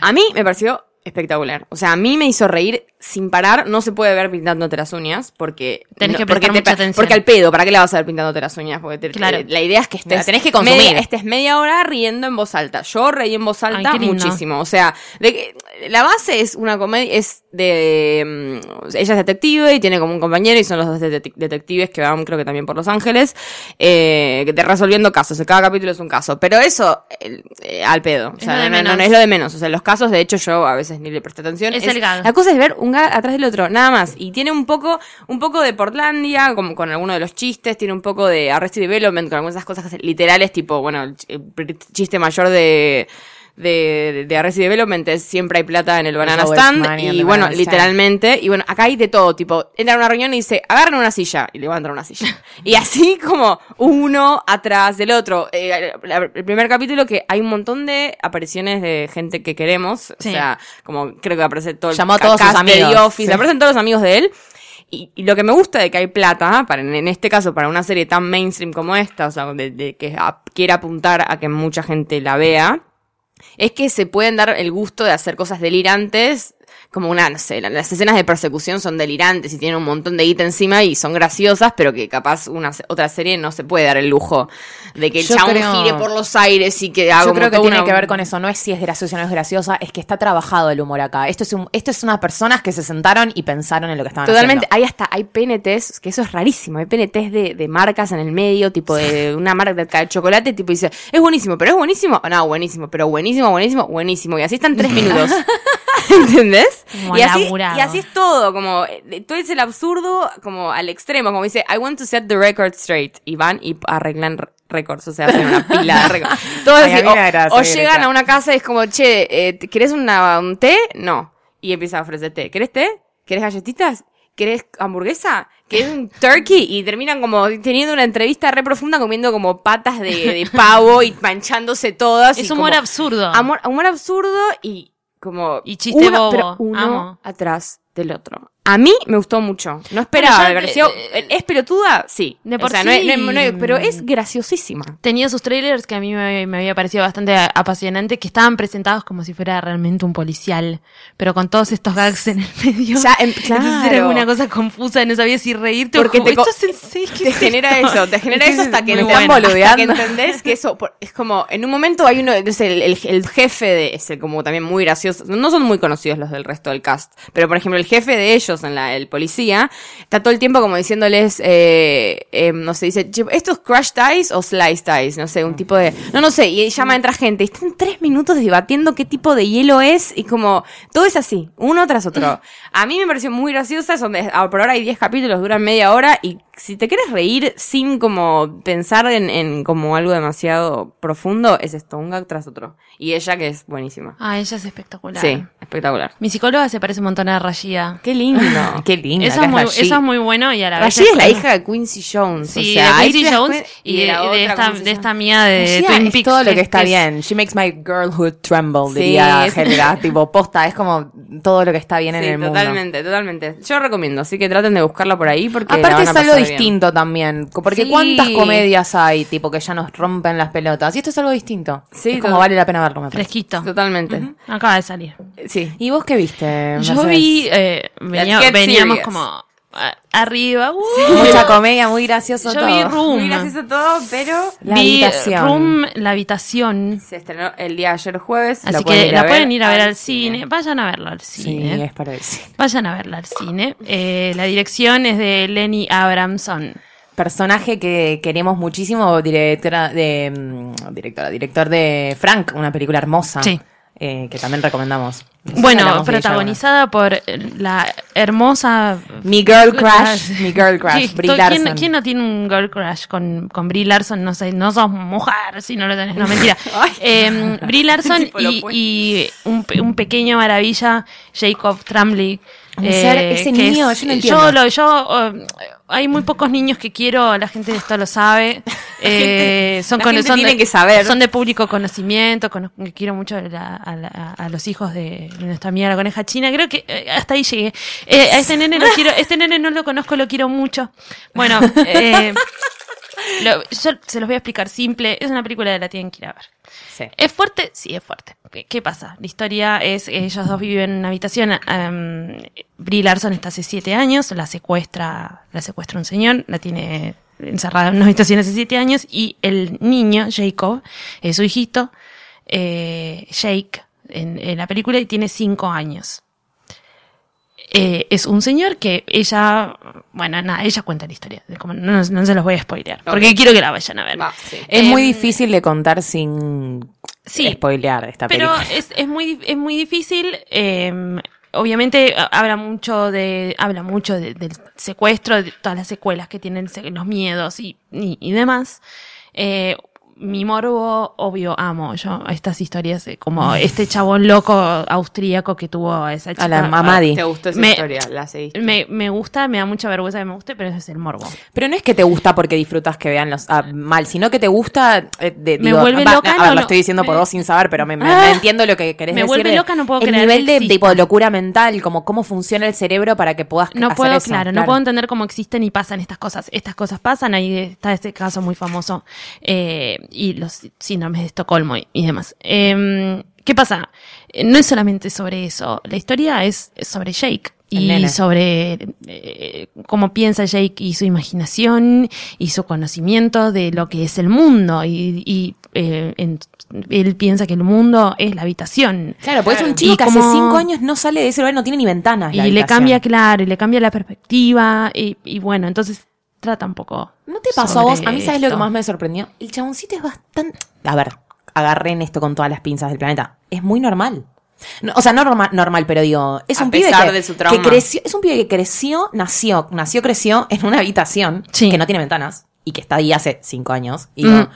Speaker 3: A mí me pareció espectacular. O sea, a mí me hizo reír sin parar. No se puede ver pintándote las uñas porque...
Speaker 2: Tenés
Speaker 3: no-
Speaker 2: que
Speaker 3: porque
Speaker 2: prestar mucha
Speaker 3: pa-
Speaker 2: atención.
Speaker 3: Porque al pedo, ¿para qué la vas a ver pintándote las uñas? Porque te- eh,
Speaker 2: Claro.
Speaker 3: la idea es que estés...
Speaker 4: La tenés que consumir.
Speaker 3: Media, estés media hora riendo en voz alta. Yo reí en voz alta
Speaker 2: qué lindo.
Speaker 3: muchísimo. O sea, de que- la base es una comedia... Es de... mm, Ella es detective y tiene como un compañero y son los dos detec- detectives que van creo que también por Los Ángeles eh, de- resolviendo casos. Cada capítulo es un caso. Pero eso, el- eh, al pedo. O
Speaker 2: Es
Speaker 3: sea,
Speaker 2: lo
Speaker 3: no,
Speaker 2: de
Speaker 3: no- no-
Speaker 2: menos.
Speaker 3: no es lo de menos. O sea, los casos, de hecho, yo a veces ni le presté atención.
Speaker 2: Es el gag.
Speaker 3: La cosa es ver un gag atrás del otro, nada más. Y tiene un poco, un poco de Portlandia, como con alguno de los chistes, tiene un poco de Arrested Development, con algunas de esas cosas que se- literales, tipo, bueno, el ch- el chiste mayor de. De, de Arrested Development es siempre hay plata en el banana
Speaker 4: always
Speaker 3: stand
Speaker 4: money in
Speaker 3: y
Speaker 4: the
Speaker 3: bueno
Speaker 4: banana stand.
Speaker 3: literalmente y bueno acá hay de todo tipo entra a una reunión y dice agarren una silla y levantan una silla y así como uno atrás del otro Eh, la- el primer capítulo que hay un montón de apariciones de gente que queremos
Speaker 2: Sí.
Speaker 3: o sea como creo que aparece todo el
Speaker 4: Llamó a
Speaker 3: ca-
Speaker 4: todos sus
Speaker 3: cast de The
Speaker 4: amigos.
Speaker 3: Office,
Speaker 4: Sí.
Speaker 3: aparecen todos los amigos de él. Y, y lo que me gusta de que hay plata, para, en este caso para una serie tan mainstream como esta, o sea, de, de que ap- quiera apuntar a que mucha gente la vea, es que se pueden dar el gusto de hacer cosas delirantes como una, no sé, la- las escenas de persecución son delirantes y tienen un montón de guita encima y son graciosas, pero que capaz una se- otra serie no se puede dar el lujo de que el
Speaker 4: Yo
Speaker 3: chabón
Speaker 4: creo-
Speaker 3: gire por los aires y que haga
Speaker 4: Yo
Speaker 3: como
Speaker 4: creo que
Speaker 3: toda
Speaker 4: tiene
Speaker 3: una-
Speaker 4: que ver con eso. No es si es graciosa o no es graciosa, es que está trabajado el humor acá. Esto es, un, esto es unas personas que se sentaron y pensaron en lo que estaban
Speaker 3: Totalmente,
Speaker 4: haciendo.
Speaker 3: hay hasta, hay PNTs, que eso es rarísimo, hay PNTs de, de marcas en el medio, tipo de una marca de chocolate, tipo dice, es buenísimo, pero es buenísimo, no, buenísimo, pero buenísimo, buenísimo, buenísimo, y así están tres minutos, ¿entendés?
Speaker 2: Como
Speaker 3: y, así,
Speaker 2: laburado.
Speaker 3: y así es todo, como, eh, todo es el absurdo como al extremo, como dice, I want to set the record straight, y van y arreglan r- récords, o sea, hacen una pila de récords. Todo
Speaker 4: Ay, a
Speaker 3: así,
Speaker 4: mí me agrada,
Speaker 3: o, o
Speaker 4: soy
Speaker 3: llegan
Speaker 4: directa.
Speaker 3: a una casa y es como, che, eh, ¿te- ¿querés una, un té? No. Y empieza a ofrecer té. ¿Querés té? ¿Querés galletitas? ¿Querés hamburguesa? ¿Querés un turkey? Y terminan como teniendo una entrevista re profunda comiendo como patas de, de pavo y manchándose todas.
Speaker 2: Es
Speaker 3: y
Speaker 2: humor
Speaker 3: como-
Speaker 2: absurdo.
Speaker 3: amor- humor absurdo y como...
Speaker 2: Y chiste
Speaker 3: uno,
Speaker 2: bobo.
Speaker 3: pero uno
Speaker 2: Amo.
Speaker 3: atrás del otro. A mí me gustó mucho. No esperaba,
Speaker 2: Bueno, ya
Speaker 3: me
Speaker 2: de-
Speaker 3: pareció...
Speaker 2: de-
Speaker 3: ¿Es pelotuda? Sí.
Speaker 2: De
Speaker 3: O
Speaker 2: por
Speaker 3: sea, no es- no es-
Speaker 2: sí.
Speaker 3: no es- pero es graciosísima.
Speaker 2: Tenía sus trailers que a mí me, me había parecido bastante apasionante, que estaban presentados como si fuera realmente un policial, pero con todos estos gags en el medio.
Speaker 3: Ya, em-
Speaker 2: Entonces era
Speaker 3: claro.
Speaker 2: una cosa confusa, no sabía si reírte
Speaker 3: Porque
Speaker 2: o como,
Speaker 3: te co-
Speaker 2: esto es en serio, ¿qué
Speaker 3: te
Speaker 2: es
Speaker 3: genera
Speaker 2: esto?"
Speaker 3: eso, te genera eso hasta que,
Speaker 2: Muy
Speaker 3: te-
Speaker 2: bueno.
Speaker 3: hasta que
Speaker 4: boludeando.
Speaker 3: entendés que eso por- es como, en un momento hay uno, es el, el- el jefe de ese, como también muy gracioso, no son muy conocidos los del resto del cast, pero por ejemplo el jefe de ellos, en la, el policía, está todo el tiempo como diciéndoles, eh, eh, no sé, dice, "Che, ¿esto es crush ties o slice ties? No sé, un tipo de, no, no sé, y llama, entra gente, y están tres minutos debatiendo qué tipo de hielo es, y como, todo es así, uno tras otro. A mí me pareció muy graciosa, son de- ah, por ahora hay 10 capítulos, duran media hora, y si te quieres reír sin como pensar en, en como algo demasiado profundo, es esto, un gag tras otro. Y ella que es buenísima.
Speaker 2: Ah, ella es espectacular.
Speaker 3: Sí, espectacular.
Speaker 2: Mi psicóloga se parece un montón a Rashida.
Speaker 3: Qué lindo.
Speaker 4: Ah, Qué linda.
Speaker 2: Eso
Speaker 4: que
Speaker 2: es, muy,
Speaker 4: Rashid.
Speaker 2: eso es muy bueno y a la vez...
Speaker 3: Rashid es la hija de Quincy Jones.
Speaker 2: Sí,
Speaker 3: o sea,
Speaker 2: de
Speaker 3: ahí
Speaker 2: Quincy
Speaker 3: te das
Speaker 2: Jones
Speaker 3: cuenta-
Speaker 2: y de,
Speaker 3: la
Speaker 2: de
Speaker 3: otra,
Speaker 2: esta,
Speaker 3: ¿cómo se
Speaker 2: de
Speaker 3: llama?
Speaker 2: esta mía de
Speaker 4: Ella
Speaker 2: Twin
Speaker 4: es
Speaker 2: Peaks.
Speaker 4: todo lo eh, que
Speaker 2: es-
Speaker 4: está
Speaker 2: es-
Speaker 4: bien. She makes my girlhood tremble,
Speaker 3: Sí,
Speaker 4: diría
Speaker 3: es-
Speaker 4: Helga. tipo, posta, es como todo lo que está bien
Speaker 3: Sí,
Speaker 4: en el mundo.
Speaker 3: totalmente, totalmente. Yo recomiendo, así que traten de buscarla por ahí porque la
Speaker 4: Aparte
Speaker 3: van a
Speaker 4: es algo
Speaker 3: pasar bien.
Speaker 4: distinto también, co- porque
Speaker 3: Sí.
Speaker 4: cuántas comedias hay, tipo, que ya nos rompen las pelotas. Y esto es algo distinto.
Speaker 3: Sí,
Speaker 4: es como
Speaker 3: todo-
Speaker 4: vale la pena verlo, me parece.
Speaker 2: Fresquito.
Speaker 3: Totalmente.
Speaker 2: Acaba de salir.
Speaker 3: Sí.
Speaker 4: ¿Y vos qué viste?
Speaker 2: Yo
Speaker 4: Mercedes?
Speaker 2: vi... eh, venía-
Speaker 3: Let's get
Speaker 2: veníamos
Speaker 3: serious.
Speaker 2: como ah, arriba. uh,
Speaker 4: Mucha comedia, muy gracioso
Speaker 2: Yo
Speaker 4: todo.
Speaker 2: vi Room.
Speaker 3: Muy gracioso todo, pero
Speaker 4: La
Speaker 2: vi
Speaker 4: habitación.
Speaker 2: Room, la habitación.
Speaker 3: se estrenó el día de ayer jueves.
Speaker 2: Así
Speaker 3: pueden
Speaker 2: que
Speaker 3: ir
Speaker 2: la
Speaker 3: a
Speaker 2: pueden ir a ver al cine. Vayan a verla al
Speaker 4: Sí,
Speaker 2: cine.
Speaker 4: es para decir.
Speaker 2: Vayan a verla al cine. Eh, la dirección es de Lenny Abramson.
Speaker 4: Personaje que queremos muchísimo, directora de mm, directora, director de Frank, una película hermosa.
Speaker 2: Sí.
Speaker 4: eh, que también recomendamos. No sé si
Speaker 2: Bueno,
Speaker 4: hablamos de ella,
Speaker 2: protagonizada por eh, la hermosa.
Speaker 4: ¿verdad? Mi girl crush, mi girl
Speaker 2: Sí,
Speaker 4: crush, Brie
Speaker 2: ¿quién-
Speaker 4: Larson.
Speaker 2: ¿quién, no tiene un girl crush con, con Brie Larson? No sé, no sos mujer si no lo tenés. No, mentira. Eh, Brie Larson
Speaker 3: Tipo lo
Speaker 2: y,
Speaker 3: opuesto.
Speaker 2: y un, pe- un pequeño maravilla, Jacob Tramley.
Speaker 4: Un ser- ese
Speaker 2: que eh,
Speaker 4: niño, yo no entiendo.
Speaker 2: Yo, lo- yo, eh, hay muy pocos niños que quiero, la gente de esto lo sabe. Eh, son
Speaker 3: la
Speaker 2: cono-
Speaker 3: gente
Speaker 2: son
Speaker 3: tiene
Speaker 2: de,
Speaker 3: que saber.
Speaker 2: Son de público conocimiento, cono- quiero mucho la- a, la- a los hijos de nuestra amiga la coneja china. Creo que eh, hasta ahí llegué. Eh, a este nene lo quiero, este nene no lo conozco, lo quiero mucho. Bueno, eh, lo- yo se los voy a explicar simple. Es una película de la tienen que ir a ver.
Speaker 4: Sí.
Speaker 2: ¿Es fuerte? Sí, es fuerte. ¿Qué, qué pasa? La historia es, ellos dos viven en una habitación. em, Brie Larson está hace siete años, la secuestra, la secuestra un señor, la tiene encerrada en una habitación hace siete años y el niño, Jacob, es su hijito, eh, Jake, en, en la película, y tiene cinco años. Eh, es un señor que ella, bueno, nada, ella cuenta la historia, como no, no se los voy a spoilear, porque quiero que la vayan a ver.
Speaker 3: Va, sí.
Speaker 4: Es muy
Speaker 2: Em,
Speaker 4: difícil de contar sin
Speaker 2: sí.
Speaker 4: spoilear esta
Speaker 2: Pero
Speaker 4: película.
Speaker 2: es, es muy, dif- es muy difícil. eh, obviamente a- habla mucho de habla mucho de- del secuestro, de todas las secuelas que tienen se- los miedos y, y, y demás. Eh, mi morbo, obvio, amo yo estas historias, eh, como este chabón loco austríaco que tuvo a esa chica.
Speaker 4: A la Mamadi.
Speaker 3: ¿Te gustó esa
Speaker 2: Me-
Speaker 3: historia? La seguiste.
Speaker 2: Me, me gusta, me da mucha vergüenza que me guste, pero ese es el morbo.
Speaker 4: Pero no es que te gusta porque disfrutas que vean los ah, mal, sino que te gusta. eh, de-
Speaker 2: Me
Speaker 4: digo,
Speaker 2: vuelve
Speaker 4: va,
Speaker 2: loca,
Speaker 4: A
Speaker 2: no
Speaker 4: ver, lo
Speaker 2: lo-
Speaker 4: estoy diciendo por
Speaker 2: me-
Speaker 4: vos sin saber, pero me, me-
Speaker 2: Ah.
Speaker 4: me entiendo lo que querés
Speaker 2: Me
Speaker 4: decir.
Speaker 2: vuelve
Speaker 4: de-
Speaker 2: loca, no puedo
Speaker 4: El
Speaker 2: creer
Speaker 4: nivel
Speaker 2: que
Speaker 4: de
Speaker 2: exista.
Speaker 4: tipo locura mental, como cómo funciona el cerebro para que puedas
Speaker 2: No
Speaker 4: hacer
Speaker 2: puedo,
Speaker 4: eso,
Speaker 2: claro, no puedo entender cómo existen y pasan estas cosas. Estas cosas pasan, ahí está este caso muy famoso, eh, y los síndromes de Estocolmo y, y demás. Em, ¿Qué pasa? Eh, No es solamente sobre eso. La historia es sobre Jake.
Speaker 4: El
Speaker 2: Y
Speaker 4: nene.
Speaker 2: sobre eh, cómo piensa Jake y su imaginación y su conocimiento de lo que es el mundo. Y, y, eh, en- él piensa que el mundo es la habitación.
Speaker 4: Claro, porque es un
Speaker 2: Y
Speaker 4: chico que hace
Speaker 2: como-
Speaker 4: cinco años no sale de ese lugar, no tiene ni ventanas.
Speaker 2: Y
Speaker 4: la
Speaker 2: le
Speaker 4: habitación.
Speaker 2: cambia, claro, y le cambia la perspectiva. Y, y bueno, entonces trata un poco.
Speaker 4: ¿No te pasó a vos? A mí, ¿sabes lo que
Speaker 2: esto.
Speaker 4: más me sorprendió? El chaboncito es bastante. A ver, agarren esto con todas las pinzas del planeta. Es muy normal. No, o sea, no norma- normal, pero digo, es
Speaker 3: A
Speaker 4: un pibe
Speaker 3: pesar
Speaker 4: que,
Speaker 3: de su trauma.
Speaker 4: que creció, es un pibe que creció, nació, nació, creció en una habitación
Speaker 2: Sí.
Speaker 4: que no tiene ventanas y que está ahí hace cinco años. Y digo,
Speaker 2: Mm.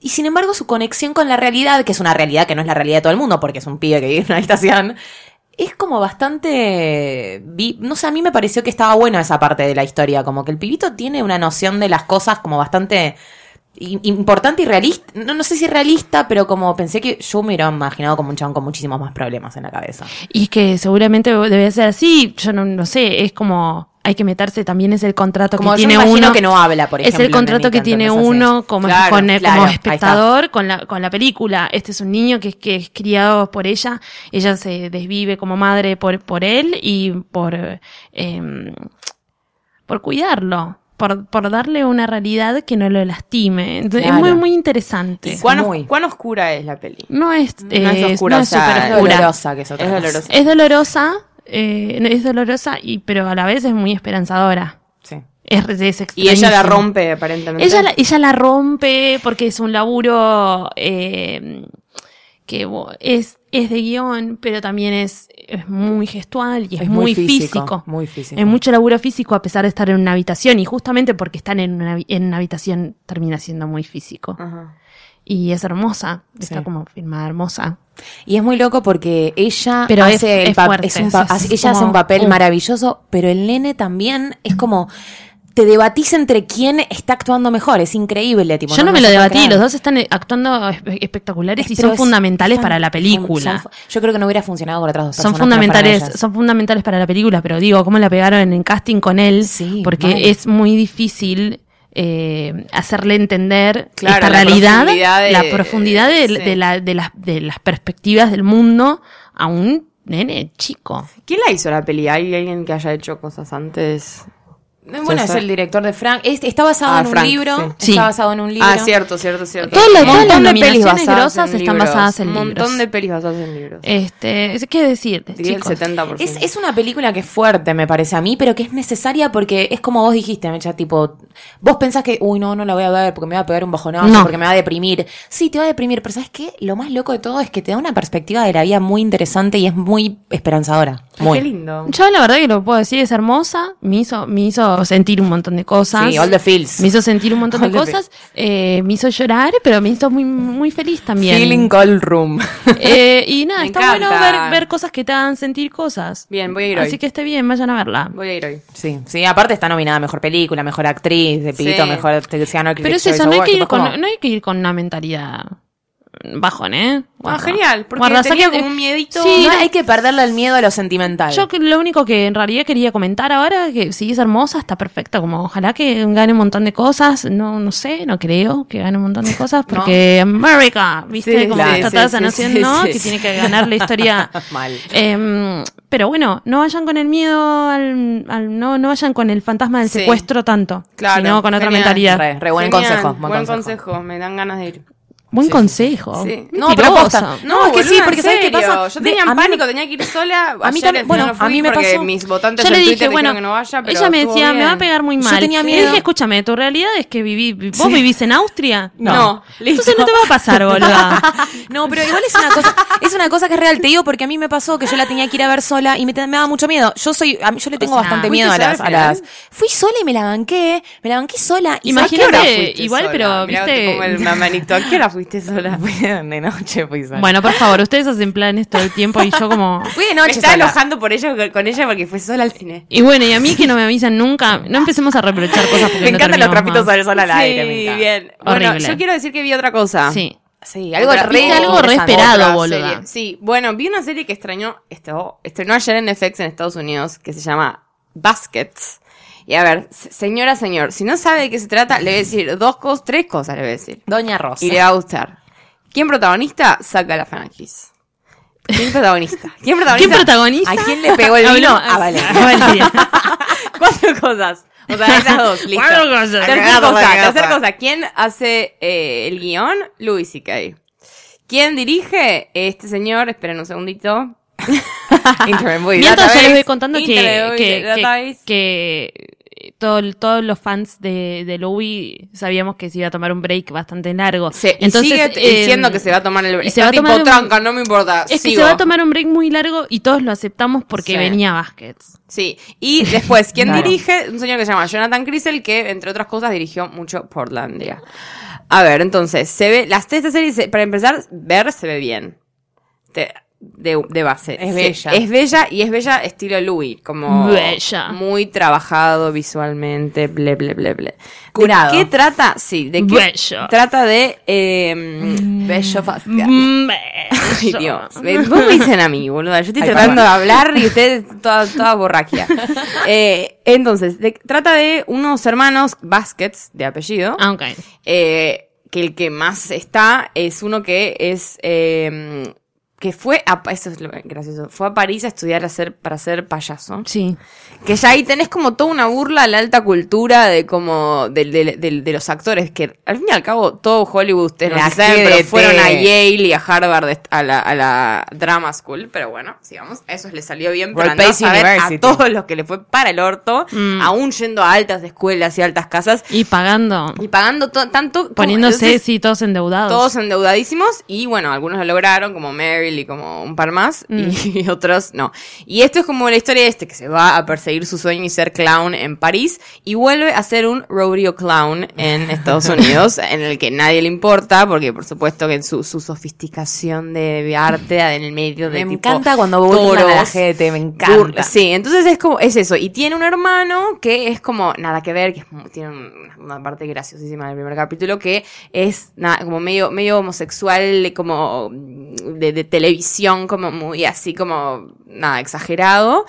Speaker 4: y sin embargo, su conexión con la realidad, que es una realidad que no es la realidad de todo el mundo, porque es un pibe que vive en una habitación, es como bastante. vi- No sé, a mí me pareció que estaba buena esa parte de la historia. Como que el pibito tiene una noción de las cosas como bastante i- importante y realista. No, no sé si realista, pero como pensé que yo me hubiera imaginado como un chabón con muchísimos más problemas en la cabeza.
Speaker 2: Y que seguramente debe ser así, yo no, no sé, es como hay que meterse también es el contrato
Speaker 4: Como
Speaker 2: que
Speaker 4: yo
Speaker 2: tiene
Speaker 4: me imagino
Speaker 2: uno
Speaker 4: que no habla, por
Speaker 2: Es el
Speaker 4: ejemplo,
Speaker 2: contrato que
Speaker 4: nenita,
Speaker 2: tiene
Speaker 4: entonces,
Speaker 2: uno
Speaker 4: así.
Speaker 2: como,
Speaker 4: Claro,
Speaker 2: con el- como
Speaker 4: claro, ahí está.
Speaker 2: espectador con la, con la película. Este es un niño que, que es criado por ella, ella se desvive como madre por, por él y por eh, por cuidarlo. Por, por darle una realidad que no lo lastime. Entonces,
Speaker 4: Claro.
Speaker 2: Es muy, muy interesante.
Speaker 4: Sí.
Speaker 3: ¿Cuán, os-
Speaker 4: Muy.
Speaker 3: cuán oscura es la peli?
Speaker 2: No es,
Speaker 3: No es
Speaker 2: eh,
Speaker 3: oscura,
Speaker 2: no
Speaker 3: o
Speaker 2: es
Speaker 3: sea,
Speaker 2: súper
Speaker 3: es
Speaker 2: oscura.
Speaker 4: dolorosa que es otra
Speaker 3: Es
Speaker 4: cosa.
Speaker 3: dolorosa.
Speaker 2: Es dolorosa, eh, no, es dolorosa, y, pero a la vez es muy esperanzadora.
Speaker 4: Sí.
Speaker 2: Es, re- es
Speaker 3: Y ella la
Speaker 2: extrañísimo.
Speaker 3: rompe, aparentemente.
Speaker 2: Ella la, ella la rompe porque es un laburo eh, que bo- es, es de guión, pero también es, es muy gestual y es, muy físico.
Speaker 4: Muy físico.
Speaker 2: Es mucho laburo físico a pesar de estar en una habitación y justamente porque están en una, habi- en una habitación termina siendo muy físico.
Speaker 3: Ajá.
Speaker 2: Y es hermosa, está
Speaker 4: Sí.
Speaker 2: como filmada hermosa.
Speaker 4: Y es muy loco porque ella
Speaker 2: Pero es-
Speaker 4: hace, el
Speaker 2: es
Speaker 4: pa-
Speaker 2: fuerte,
Speaker 4: es un pa-
Speaker 2: es- es
Speaker 4: ella hace
Speaker 2: como
Speaker 4: un papel
Speaker 2: un-
Speaker 4: maravilloso, pero el nene también es como te debatís entre quién está actuando mejor, es increíble, tipo.
Speaker 2: Yo no, me lo
Speaker 4: se puede
Speaker 2: debatí,
Speaker 4: creer.
Speaker 2: los dos están eh, actuando espe- espectaculares y
Speaker 4: Pero
Speaker 2: son
Speaker 4: es-
Speaker 2: fundamentales
Speaker 4: son-
Speaker 2: para la
Speaker 4: son-
Speaker 2: película.
Speaker 4: son- yo creo que no hubiera funcionado con otras dos
Speaker 2: Son
Speaker 4: personas que no fueran
Speaker 2: fundamentales,
Speaker 4: ellas.
Speaker 2: son fundamentales para la película, pero digo, cómo la pegaron en casting con él,
Speaker 4: Sí,
Speaker 2: porque
Speaker 4: mal.
Speaker 2: es muy difícil eh, hacerle entender
Speaker 3: Claro,
Speaker 2: esta
Speaker 3: la
Speaker 2: realidad,
Speaker 3: profundidad de-
Speaker 2: la profundidad de,
Speaker 3: sí.
Speaker 2: de la- de las, de las perspectivas del mundo a un nene chico.
Speaker 3: ¿Quién la hizo la peli? ¿Hay alguien que haya hecho cosas antes?
Speaker 4: Bueno,
Speaker 3: Sí,
Speaker 4: es
Speaker 3: sí.
Speaker 4: el director de Frank. Es- está basado
Speaker 3: Ah,
Speaker 4: en un
Speaker 3: Frank,
Speaker 4: libro.
Speaker 2: sí.
Speaker 4: Está
Speaker 2: Sí.
Speaker 4: basado en un libro.
Speaker 3: Ah, cierto, cierto, cierto.
Speaker 2: Todas las-
Speaker 3: Un
Speaker 2: todas las
Speaker 3: montón de pelis
Speaker 2: nominaciones
Speaker 3: basadas
Speaker 2: grosas están
Speaker 3: libros.
Speaker 2: basadas en
Speaker 3: Un montón
Speaker 2: libros.
Speaker 3: de pelis basadas en libros.
Speaker 2: Este, es- ¿qué decir?
Speaker 3: Diría
Speaker 2: chicos?
Speaker 3: el 70%.
Speaker 4: Es, es una película que es fuerte, me parece a mí, pero que es necesaria porque es como vos dijiste, Mecha, tipo, vos pensás que, uy, no, no la voy a ver porque me va a pegar un bajonazo,
Speaker 2: No.
Speaker 4: porque me va a deprimir. Sí, te va a deprimir, pero ¿sabes qué? Lo más loco de todo es que te da una perspectiva de la vida muy interesante y es muy esperanzadora.
Speaker 3: Ay,
Speaker 4: Muy.
Speaker 3: Ah, Qué lindo.
Speaker 2: Yo la verdad que lo puedo decir, es hermosa, me hizo, me hizo sentir un montón de cosas.
Speaker 4: Sí, all the feels.
Speaker 2: Me hizo sentir un montón de
Speaker 4: All the
Speaker 2: cosas, eh, me hizo llorar, pero me hizo muy, muy feliz también.
Speaker 4: Feeling Call Room.
Speaker 2: Eh, y nada,
Speaker 3: Me
Speaker 2: está
Speaker 3: encanta.
Speaker 2: bueno ver, ver cosas que te hagan sentir cosas.
Speaker 3: Bien, voy a ir hoy.
Speaker 2: Así que esté bien, vayan a verla.
Speaker 3: Voy a ir hoy.
Speaker 4: sí, sí, aparte está nominada a Mejor Película, Mejor Actriz, de Pito,
Speaker 3: Sí.
Speaker 4: Mejor te decía, no,
Speaker 2: Pero es
Speaker 4: Critics'
Speaker 2: eso, no hay,
Speaker 4: Award,
Speaker 2: que ir
Speaker 4: tipo,
Speaker 2: con,
Speaker 4: como-
Speaker 2: no hay que ir con una mentalidad bajón, ¿eh?
Speaker 3: Ah,
Speaker 2: Guarda.
Speaker 3: genial, porque
Speaker 2: Guarda,
Speaker 3: tenía
Speaker 2: saque-
Speaker 3: como un miedito.
Speaker 2: Sí,
Speaker 4: No hay que perderle el miedo a lo sentimental.
Speaker 2: Yo que- lo único que en realidad quería comentar ahora, que si es hermosa, está perfecta, como ojalá que gane un montón de cosas, no no sé, no creo que gane un montón de cosas, porque America, viste,
Speaker 3: Sí,
Speaker 2: como
Speaker 3: sí,
Speaker 2: está
Speaker 3: sí,
Speaker 2: toda
Speaker 3: sí,
Speaker 2: esa noción,
Speaker 3: sí,
Speaker 2: ¿no?
Speaker 3: sí,
Speaker 2: que
Speaker 3: sí.
Speaker 2: tiene que ganar la historia.
Speaker 4: Mal.
Speaker 3: Eh,
Speaker 2: Em, pero bueno, no vayan con el miedo, al, al- no, no vayan con el fantasma del
Speaker 3: Sí.
Speaker 2: secuestro tanto,
Speaker 3: Claro,
Speaker 2: sino con otra
Speaker 3: genial,
Speaker 2: mentalidad.
Speaker 4: Re, re buen
Speaker 3: Genial,
Speaker 4: consejo.
Speaker 3: Buen, consejo. me dan ganas de ir.
Speaker 2: Buen consejo.
Speaker 3: Sí.
Speaker 4: No, pero
Speaker 2: Mentiroso.
Speaker 4: posta. No, es que sí,
Speaker 3: boluda,
Speaker 4: porque
Speaker 3: en
Speaker 4: ¿sabes qué
Speaker 3: serio.
Speaker 4: pasa?
Speaker 3: Yo
Speaker 4: De-
Speaker 3: tenía
Speaker 4: a mí me-
Speaker 3: pánico, tenía que ir sola.
Speaker 4: A mí
Speaker 3: Ayer
Speaker 4: también-
Speaker 3: al final
Speaker 4: bueno,
Speaker 3: no
Speaker 4: a
Speaker 3: fui
Speaker 4: mí me
Speaker 3: porque
Speaker 4: pasó.
Speaker 3: mis votantes
Speaker 2: Yo le
Speaker 3: en
Speaker 2: dije,
Speaker 3: Twitter
Speaker 2: bueno,
Speaker 3: dijeron que no vaya, pero
Speaker 2: ella me
Speaker 3: estuvo
Speaker 2: decía, me va a
Speaker 3: bien.
Speaker 2: pegar muy
Speaker 4: Yo
Speaker 2: mal.
Speaker 4: tenía
Speaker 2: Le
Speaker 4: miedo.
Speaker 2: dije, escúchame, tu realidad es que viví, vos
Speaker 4: Sí.
Speaker 2: vivís en Austria.
Speaker 3: No, listo.
Speaker 2: Entonces no te va a pasar, boluda.
Speaker 4: No, pero igual es una cosa, es una cosa que es real, te digo, porque a mí me pasó que yo la tenía que ir a ver sola y me, te- me daba mucho miedo. Yo soy, a mí- yo le tengo
Speaker 2: sea,
Speaker 4: bastante
Speaker 3: ¿fuiste
Speaker 4: miedo a
Speaker 3: sola
Speaker 4: las,
Speaker 3: al
Speaker 4: a las-
Speaker 3: final?
Speaker 4: Fui sola y me la banqué, me la banqué sola. Y
Speaker 2: Imagínate,
Speaker 3: ¿A qué hora
Speaker 2: Imagínate,
Speaker 3: fuiste
Speaker 2: igual,
Speaker 3: sola?
Speaker 2: pero,
Speaker 3: Mirá,
Speaker 2: viste-
Speaker 3: te pongo el mamanito. ¿A qué hora fuiste sola?
Speaker 4: de noche fui sola.
Speaker 2: bueno, por favor, ustedes hacen planes todo el tiempo y yo como...
Speaker 4: fui de
Speaker 3: Me
Speaker 4: noche
Speaker 3: estaba
Speaker 4: sola.
Speaker 3: enojando por ella, con ella porque fue sola al cine.
Speaker 2: Y bueno, y a mí que no me avisan nunca, no empecemos a reprochar cosas. porque
Speaker 4: Me
Speaker 2: no
Speaker 4: encantan los
Speaker 2: terminamos
Speaker 4: trapitos
Speaker 2: más.
Speaker 4: al sol al aire, me encanta.
Speaker 3: bien. Bueno,
Speaker 2: Horrible.
Speaker 3: yo quiero decir que vi otra cosa.
Speaker 2: Sí.
Speaker 4: Sí, algo
Speaker 3: Otra-
Speaker 4: re,
Speaker 3: Viste
Speaker 2: algo re
Speaker 4: interesante.
Speaker 2: esperado.
Speaker 3: Otra
Speaker 2: boluda.
Speaker 3: serie. Sí, bueno, vi una serie que extrañó, esto, estrenó ayer en FX en Estados Unidos, que se llama Baskets. Y a ver, se- señora, señor, si no sabe de qué se trata, le voy a decir dos cosas, tres cosas le voy a decir.
Speaker 4: Doña Rosa.
Speaker 3: Y le va a gustar. ¿Quién protagonista? Saca la Fanakis. ¿Quién protagonista? ¿Quién protagonista?
Speaker 2: ¿Quién protagoniza?
Speaker 3: ¿A quién le pegó el
Speaker 2: Ah,
Speaker 3: vino?
Speaker 2: no,
Speaker 3: A Valeria.
Speaker 2: a Valeria.
Speaker 3: Cuatro cosas. O sea, esas dos, listo.
Speaker 2: Cuatro cosas.
Speaker 3: Tercer
Speaker 5: Cagado,
Speaker 3: cosa,
Speaker 5: cagado.
Speaker 3: tercer cosa. ¿Quién hace eh, el guión? Louis C.K. ¿Quién dirige? Este señor, esperen un segundito. Internet Movie
Speaker 2: Mientras yo les voy
Speaker 3: Database.
Speaker 2: contando que,
Speaker 3: Internet Movie
Speaker 2: que- que-
Speaker 3: Database.
Speaker 2: que, eh, todo el- todos los fans de, de Louis sabíamos que se iba a tomar un break bastante largo.
Speaker 3: Se- y
Speaker 2: Entonces,
Speaker 3: sigue
Speaker 2: eh,
Speaker 3: diciendo que se va a tomar el
Speaker 2: y
Speaker 3: break.
Speaker 2: se
Speaker 3: Está
Speaker 2: va a
Speaker 3: tipo
Speaker 2: tomar un-
Speaker 3: tranca, no me importa.
Speaker 2: Es que
Speaker 3: sigo.
Speaker 2: se va a tomar un break muy largo y todos lo aceptamos porque
Speaker 3: Sí.
Speaker 2: venía Vázquez.
Speaker 3: Sí. Y después, ¿quién
Speaker 4: Claro.
Speaker 3: dirige? Un señor que se llama Jonathan Crisel, que entre otras cosas dirigió mucho Portlandia. A ver, entonces, se ve. Las tres series, se- para empezar, ver se ve bien. Te- de, de base.
Speaker 4: Es
Speaker 3: Se-
Speaker 4: bella.
Speaker 3: Es bella y es bella estilo Louis, como
Speaker 2: Bella.
Speaker 3: muy trabajado visualmente, ble, ble, ble, ble.
Speaker 4: Curado.
Speaker 3: ¿De qué trata? Sí, de qué
Speaker 2: Bello.
Speaker 3: trata de eh,
Speaker 4: Bello fácil.
Speaker 2: Mm,
Speaker 3: Ay,
Speaker 2: eso.
Speaker 3: Dios. Ve, Vos me dicen a mí, boluda. Yo estoy
Speaker 4: Ay,
Speaker 3: tratando de hablar y ustedes todas toda borraquia. Eh, entonces, de- trata de unos hermanos Baskets, de apellido,
Speaker 2: Ah, ok.
Speaker 3: eh, que el que más está es uno que es... eh, que fue a, Pa- eso es lo gracioso, fue a París a estudiar a ser, para ser payaso.
Speaker 2: Sí.
Speaker 3: Que ya ahí tenés como toda una burla a la alta cultura de como de, de- de- de los actores, que al fin y al cabo todo Hollywood, ustedes no
Speaker 4: La
Speaker 3: se saben, pero
Speaker 4: GDT.
Speaker 3: fueron a Yale y a Harvard est- a la, a la drama school, pero bueno, sigamos, a esos les salió bien, pero
Speaker 4: World
Speaker 3: andá a
Speaker 4: Pace
Speaker 3: saber
Speaker 4: University.
Speaker 3: a todos los que le fue para el orto,
Speaker 2: Mm.
Speaker 3: aún yendo a altas escuelas y altas casas,
Speaker 2: Y pagando,
Speaker 3: y pagando to- tanto... como-
Speaker 2: poniéndose,
Speaker 3: entonces,
Speaker 2: sí, todos endeudados.
Speaker 3: todos endeudadísimos y bueno, algunos lo lograron, como Meryl y como un par más, y,
Speaker 4: Mm.
Speaker 3: otros no. Y esto es como la historia de este que se va a perseguir su sueño y ser clown en París y vuelve a ser un rodeo clown en Estados Unidos, en el que nadie le importa, porque por supuesto que en su, su sofisticación de arte en el medio de
Speaker 4: Me
Speaker 3: tipo
Speaker 4: encanta cuando burlan a la
Speaker 3: toros,
Speaker 4: gente, me
Speaker 3: Burla.
Speaker 4: encanta.
Speaker 3: Sí, entonces es como, es eso. Y tiene un hermano que es como nada que ver, que es mu- tiene un- una parte graciosísima del primer capítulo, que es nada, como medio, medio homosexual, como mm, de, de televisión, como muy así, como nada, exagerado.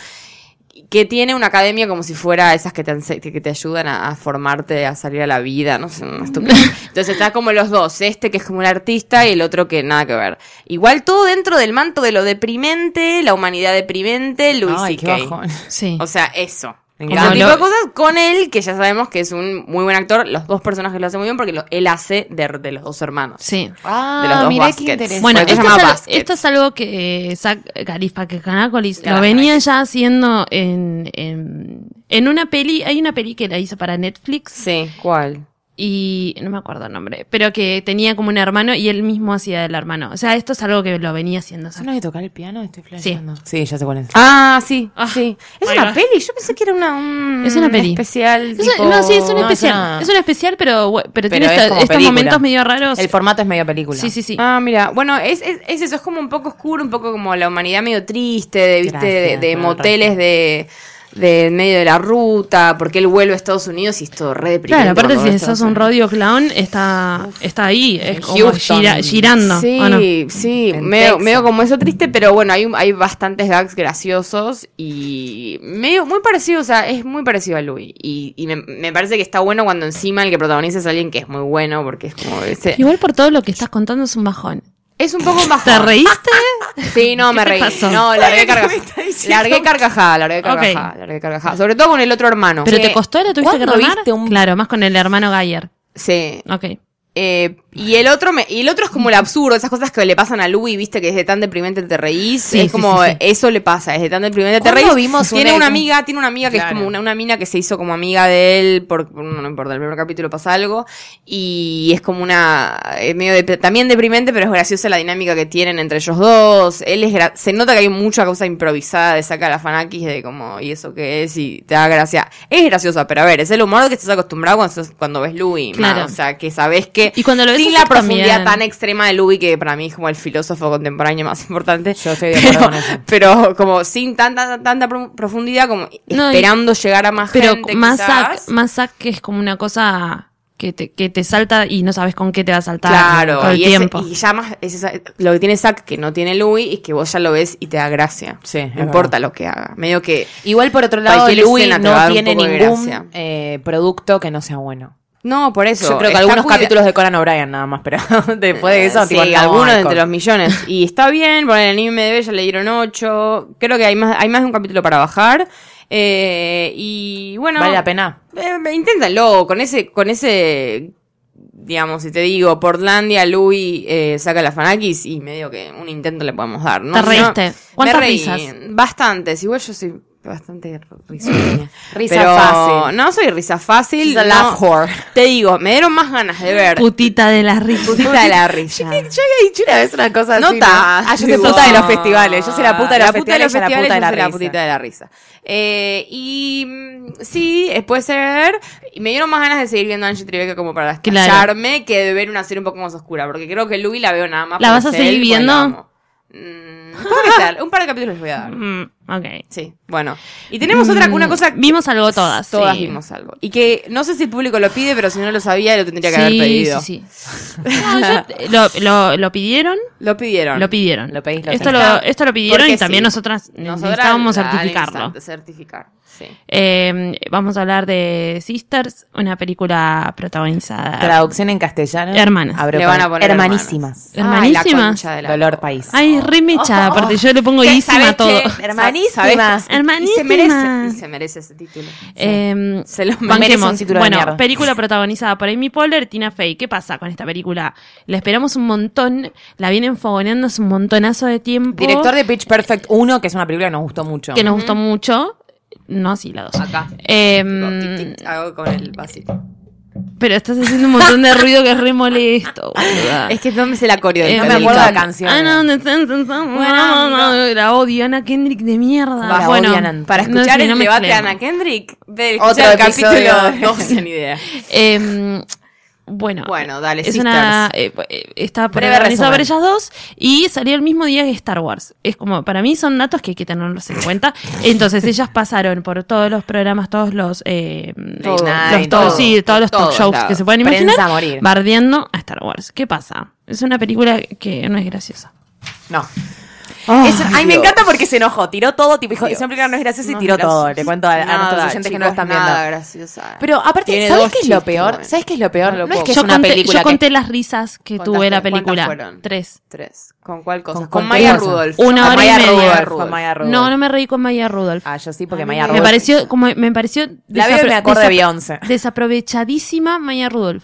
Speaker 3: Que tiene una academia como si fuera esas que te, ense- que te ayudan a, a formarte, a salir a la vida, no sé, una estupidez. Entonces está como los dos, este que es como un artista y el otro que nada que ver. Igual todo dentro del manto de lo deprimente, la humanidad deprimente, Luis
Speaker 4: Ay, qué
Speaker 3: CK.
Speaker 4: bajón.
Speaker 2: Sí.
Speaker 3: O sea, eso.
Speaker 4: Me
Speaker 3: Ese
Speaker 4: encanta.
Speaker 3: tipo de cosas con él, que ya sabemos que es un muy buen actor. Los dos personajes lo hacen muy bien porque lo- él hace de, de los dos hermanos.
Speaker 2: sí.
Speaker 3: De los
Speaker 4: Ah,
Speaker 3: dos
Speaker 4: mirá
Speaker 3: baskets.
Speaker 4: qué interesante.
Speaker 2: Bueno,
Speaker 3: Porque
Speaker 2: esto
Speaker 3: se
Speaker 2: es,
Speaker 3: llama
Speaker 2: algo,
Speaker 3: Basket.
Speaker 2: esto es algo que eh, Zach Galifianakis lo
Speaker 3: Galifianakis.
Speaker 2: venía ya haciendo en, en, en una peli, hay una peli que la hizo para Netflix
Speaker 3: Sí. ¿Cuál?
Speaker 2: y no me acuerdo el nombre, pero que tenía como un hermano y él mismo hacía del hermano. O sea, esto es algo que lo venía haciendo. Zach.
Speaker 4: ¿Son de tocar el piano? Estoy
Speaker 2: flasheando.
Speaker 4: Sí. sí, ya sé cuál es.
Speaker 3: Ah, sí,
Speaker 2: Ah,
Speaker 3: sí. Es
Speaker 2: ahí
Speaker 3: una
Speaker 2: va.
Speaker 3: peli, yo pensé que era una, un
Speaker 2: Es una peli.
Speaker 3: especial.
Speaker 2: Es un-
Speaker 3: tipo-
Speaker 2: no, sí, es un
Speaker 4: no, es
Speaker 2: especial.
Speaker 4: una-
Speaker 2: Es un especial, pero, bu- pero, tiene
Speaker 4: Pero es
Speaker 2: esta-
Speaker 4: como
Speaker 2: estos
Speaker 4: película.
Speaker 2: momentos medio raros.
Speaker 4: El formato es medio película.
Speaker 2: sí, sí, sí.
Speaker 3: Ah, mira, bueno, es, es, es eso, es como un poco oscuro, un poco como la humanidad medio triste, de, ¿viste? de,
Speaker 4: Gracias,
Speaker 3: de
Speaker 4: no,
Speaker 3: moteles de, de en medio de la ruta, porque él vuelve a Estados Unidos y es todo re deprimente.
Speaker 2: Claro, aparte
Speaker 3: cuando va a
Speaker 2: si
Speaker 3: Estados
Speaker 2: sos un
Speaker 3: Unidos.
Speaker 2: rodeo clown, está, está ahí, es
Speaker 4: en
Speaker 2: como
Speaker 4: Houston.
Speaker 2: gira- girando.
Speaker 3: Sí,
Speaker 2: ¿o no?
Speaker 3: sí,
Speaker 4: En
Speaker 3: medio,
Speaker 4: Texas.
Speaker 3: medio como eso triste, pero bueno, hay, un- hay bastantes gags graciosos y medio muy parecido, o sea, es muy parecido a Louis. Y, y me, me parece que está bueno cuando encima el que protagoniza es alguien que es muy bueno, porque es como ese-
Speaker 2: Igual por todo lo que estás contando es un bajón.
Speaker 3: Es un poco más
Speaker 2: ¿Te reíste?
Speaker 3: Sí, no,
Speaker 2: ¿Qué
Speaker 3: me
Speaker 2: te
Speaker 3: reí.
Speaker 2: pasó?
Speaker 3: No, largué carcajada. Largué carcajada, largué carcajada,
Speaker 2: Ok.
Speaker 3: largué carcajada. Sobre todo con el otro hermano.
Speaker 2: ¿Pero
Speaker 4: Sí.
Speaker 2: te costó? ¿La tuviste que
Speaker 4: ¿Cuándo
Speaker 2: remar?
Speaker 4: viste un-
Speaker 2: Claro, más con el hermano Gayer.
Speaker 3: Sí.
Speaker 2: Ok.
Speaker 3: Eh, y el otro me, y el otro es como el absurdo, esas cosas que le pasan a Louis, viste, que es de tan deprimente te reís.
Speaker 2: Sí,
Speaker 3: es
Speaker 2: sí,
Speaker 3: como,
Speaker 2: sí, sí.
Speaker 3: eso le pasa, es de tan deprimente te
Speaker 4: ¿Cuándo
Speaker 3: reís.
Speaker 4: vimos
Speaker 3: tiene
Speaker 4: una-
Speaker 3: una amiga, tiene una amiga que es
Speaker 4: Claro.
Speaker 3: como una, una mina que se hizo como amiga de él, por, no, no importa, el primer capítulo pasa algo. Y es como una, es medio de- también deprimente, pero es graciosa la dinámica que tienen entre ellos dos. Él es, gra- se nota que hay mucha cosa improvisada de sacar a Fanakis de como, y eso que es, y te da gracia. Es graciosa, pero a ver, es el humor que estás acostumbrado cuando, estás- cuando ves Louis. ma,
Speaker 2: Claro.
Speaker 3: o sea, que sabes que
Speaker 2: Y cuando lo ves
Speaker 3: sin
Speaker 2: hacer
Speaker 3: la profundidad
Speaker 2: también.
Speaker 3: tan extrema de Louis, que para mí es como el filósofo contemporáneo más importante.
Speaker 4: Yo estoy de acuerdo
Speaker 3: pero,
Speaker 4: con eso.
Speaker 3: pero como sin tanta, tanta pro- profundidad, como
Speaker 2: No, y-
Speaker 3: esperando llegar a más
Speaker 2: Pero
Speaker 3: gente.
Speaker 2: más
Speaker 3: quizás.
Speaker 2: sac, más sac que es como una cosa que te, que te salta y no sabes con qué te va a saltar todo
Speaker 3: Claro,
Speaker 2: el
Speaker 3: y, ese-
Speaker 2: tiempo.
Speaker 3: y ya más es esa- lo que tiene Zack que no tiene Louis es que vos ya lo ves y te da gracia.
Speaker 4: Sí, es
Speaker 3: no importa
Speaker 4: verdad.
Speaker 3: lo que haga. Medio que
Speaker 4: Igual por otro lado,
Speaker 3: Cualquier
Speaker 4: Louis
Speaker 3: escena te va a
Speaker 4: no
Speaker 3: dar un
Speaker 4: tiene
Speaker 3: poco de
Speaker 4: ningún
Speaker 3: gracia.
Speaker 4: eh, producto que no sea bueno.
Speaker 3: No, por eso.
Speaker 4: Yo creo que
Speaker 3: Está
Speaker 4: algunos
Speaker 3: cuida- Eh,
Speaker 4: capítulos de Conan O'Brien nada más, pero después de eso,
Speaker 3: Sí,
Speaker 4: tipo, no,
Speaker 3: algunos
Speaker 4: hay
Speaker 3: entre
Speaker 4: cosas.
Speaker 3: los millones. Y está bien, por el anime de Bella le dieron 8. Creo que hay más, hay más de un capítulo para bajar. Eh, y bueno.
Speaker 4: Vale la pena.
Speaker 3: Eh, eh, inténtalo, con ese, con ese, digamos, si te digo, Portlandia, Louis eh, saca las fanakis y medio que un intento le podemos dar, ¿no?
Speaker 2: Te
Speaker 3: Si no-
Speaker 2: reíste.
Speaker 3: me
Speaker 2: ¿Cuántas
Speaker 3: reí,
Speaker 2: risas?
Speaker 3: Bastantes, igual yo soy bastante risueña.
Speaker 4: Risa
Speaker 3: Pero
Speaker 4: fácil.
Speaker 3: No soy risa fácil.
Speaker 4: She's a
Speaker 3: no.
Speaker 4: laugh whore.
Speaker 3: Te digo, me dieron más ganas de ver.
Speaker 2: Putita de la risa.
Speaker 3: Putita de la risa.
Speaker 4: Yo había dicho una vez una cosa
Speaker 3: No
Speaker 4: así. ¿no?
Speaker 3: ta-
Speaker 4: Ah, yo soy
Speaker 3: digo,
Speaker 4: puta de los festivales. Yo soy la puta de los festivales,
Speaker 3: La puta de los
Speaker 4: ella
Speaker 3: festivales, yo soy
Speaker 4: la
Speaker 3: la
Speaker 4: puta de
Speaker 3: putita de la risa. Eh, y mm, sí, eh, puede ser. Y me dieron más ganas de seguir viendo Angie Tribeca como para
Speaker 2: Claro.
Speaker 3: estallarme que de ver una serie un poco más oscura. Porque creo que Louis la veo nada más.
Speaker 2: ¿La
Speaker 3: por
Speaker 2: vas a
Speaker 3: Cell,
Speaker 2: seguir
Speaker 3: porque
Speaker 2: viendo?
Speaker 3: la amo. Mm, puedo que sea, un par de capítulos les voy a dar.
Speaker 2: Mm, ok.
Speaker 3: Sí, bueno. Y tenemos otra una
Speaker 2: Mm,
Speaker 3: cosa. que-
Speaker 2: vimos algo todas,
Speaker 3: Todas
Speaker 2: sí.
Speaker 3: vimos algo. Y que no sé si el público lo pide, pero si no lo sabía, lo tendría que haber
Speaker 2: Sí,
Speaker 3: pedido.
Speaker 2: sí, sí. No, yo- lo, lo- lo pidieron,
Speaker 3: Lo pidieron.
Speaker 2: lo pidieron.
Speaker 4: Lo pedís, lo
Speaker 2: esto,
Speaker 4: tenés.
Speaker 2: lo, esto lo pidieron
Speaker 3: Porque
Speaker 2: y también
Speaker 3: sí.
Speaker 2: nosotras
Speaker 3: Nosotras
Speaker 2: necesitábamos
Speaker 3: la
Speaker 2: certificarlo.
Speaker 3: necesitamos Certificar, sí.
Speaker 2: Eh, vamos a hablar de Sisters, una película protagonizada.
Speaker 4: Traducción en castellano.
Speaker 2: Hermanas.
Speaker 4: Abro
Speaker 3: Le van a
Speaker 4: par-
Speaker 3: poner
Speaker 4: hermanísimas.
Speaker 2: Hermanísimas.
Speaker 3: Ay, la concha de la
Speaker 4: Dolor
Speaker 3: lora.
Speaker 4: país.
Speaker 2: Ay, re
Speaker 4: Oh.
Speaker 2: mecha, aparte yo le pongo
Speaker 3: Sí,
Speaker 2: ísima a
Speaker 3: ¿sabes
Speaker 2: todo.
Speaker 3: qué?
Speaker 4: Hermanísima.
Speaker 3: ¿Sabes? Y se
Speaker 2: Hermanísima.
Speaker 3: merece, y se merece ese título.
Speaker 2: Eh,
Speaker 3: Se lo
Speaker 2: banquemos.
Speaker 4: merece un título de
Speaker 2: bueno,
Speaker 4: mierda.
Speaker 2: película protagonizada por Amy Poehler, Tina Fey. ¿Qué pasa con esta película? La esperamos un montón, la vienen fogoneando hace un montonazo de tiempo.
Speaker 4: Director de Pitch Perfect 1, que es una película que nos gustó mucho.
Speaker 2: que nos gustó mucho. No, sí, la dos.
Speaker 3: Acá.
Speaker 2: Eh,
Speaker 3: Tipo, tic, tic, hago con el vasito.
Speaker 2: pero estás haciendo un montón de ruido que es re molesto. boluda.
Speaker 3: Es que no me sé la coreo.
Speaker 2: Ah. Eh,
Speaker 4: no me acuerdo la canción.
Speaker 2: Ah, no, no, no, no, no, no, no, la odio, Ana Kendrick de mierda.
Speaker 4: La
Speaker 2: bueno,
Speaker 4: odian, Ana.
Speaker 3: Para
Speaker 2: no,
Speaker 3: escuchar
Speaker 2: sí,
Speaker 3: el
Speaker 2: no
Speaker 3: debate de
Speaker 2: mezclemos.
Speaker 3: Ana Kendrick, ve
Speaker 4: Otro
Speaker 3: escuchar el
Speaker 4: episodio.
Speaker 3: capítulo 12, ni idea.
Speaker 2: Eh, bueno,
Speaker 3: Bueno, dale,
Speaker 2: es una, eh, eh, está
Speaker 4: Breve
Speaker 2: protagonizada por
Speaker 4: resumen.
Speaker 2: ellas dos y salió el mismo día que Star Wars. Es como, para mí son datos que hay que tenerlos en cuenta. Entonces ellas pasaron por todos los programas, todos los, eh,
Speaker 3: Todo.
Speaker 2: los-
Speaker 4: Ay,
Speaker 2: todos,
Speaker 3: todo.
Speaker 2: sí, todos los
Speaker 3: Por
Speaker 2: talk
Speaker 3: todos
Speaker 2: shows
Speaker 3: lados.
Speaker 2: que se pueden
Speaker 4: Prensa
Speaker 2: imaginar,
Speaker 4: a morir.
Speaker 2: bardeando a Star Wars. ¿Qué pasa? Es una película que no es graciosa.
Speaker 4: No. Es- ay, me encanta porque se enojó. Tiró todo, tipo, dijo, esa película no es graciosa y
Speaker 3: No es
Speaker 4: tiró todo.
Speaker 3: gracioso.
Speaker 4: Te cuento a, a
Speaker 3: Nada,
Speaker 4: nuestros oyentes que no lo
Speaker 3: chicos,
Speaker 4: están viendo.
Speaker 3: Nada graciosa.
Speaker 4: Pero aparte,
Speaker 3: Tiene
Speaker 4: ¿sabes
Speaker 3: dos
Speaker 4: qué es lo
Speaker 3: chistes,
Speaker 4: peor?
Speaker 3: bueno.
Speaker 4: ¿Sabes qué es lo peor?
Speaker 3: No
Speaker 4: No,
Speaker 3: lo
Speaker 4: es
Speaker 3: puedo
Speaker 4: que es
Speaker 2: yo
Speaker 4: una
Speaker 2: conté,
Speaker 4: película
Speaker 2: yo
Speaker 4: que-
Speaker 2: conté las risas que
Speaker 3: ¿Cuántas
Speaker 2: tuve la
Speaker 3: fue- cuántas
Speaker 2: película.
Speaker 3: fueron?
Speaker 2: Tres.
Speaker 3: Tres. ¿Con cuál cosa?
Speaker 4: ¿Con cuál
Speaker 3: Con, Maya
Speaker 4: cosa?
Speaker 3: Rudolph.
Speaker 2: Una
Speaker 3: Con
Speaker 2: hora y
Speaker 3: Maya
Speaker 2: media.
Speaker 3: Rudolph,
Speaker 4: Con Maya Rudolph.
Speaker 2: No, no me reí con Maya Rudolph.
Speaker 4: Ah, yo sí, porque
Speaker 3: A mí
Speaker 4: Maya
Speaker 3: me
Speaker 2: Me
Speaker 4: Rudolph-
Speaker 2: pareció, como me pareció
Speaker 4: La veo y
Speaker 2: desapro-
Speaker 4: me acordé de
Speaker 2: desap-
Speaker 4: Beyoncé.
Speaker 2: Desaprovechadísima Maya Rudolph.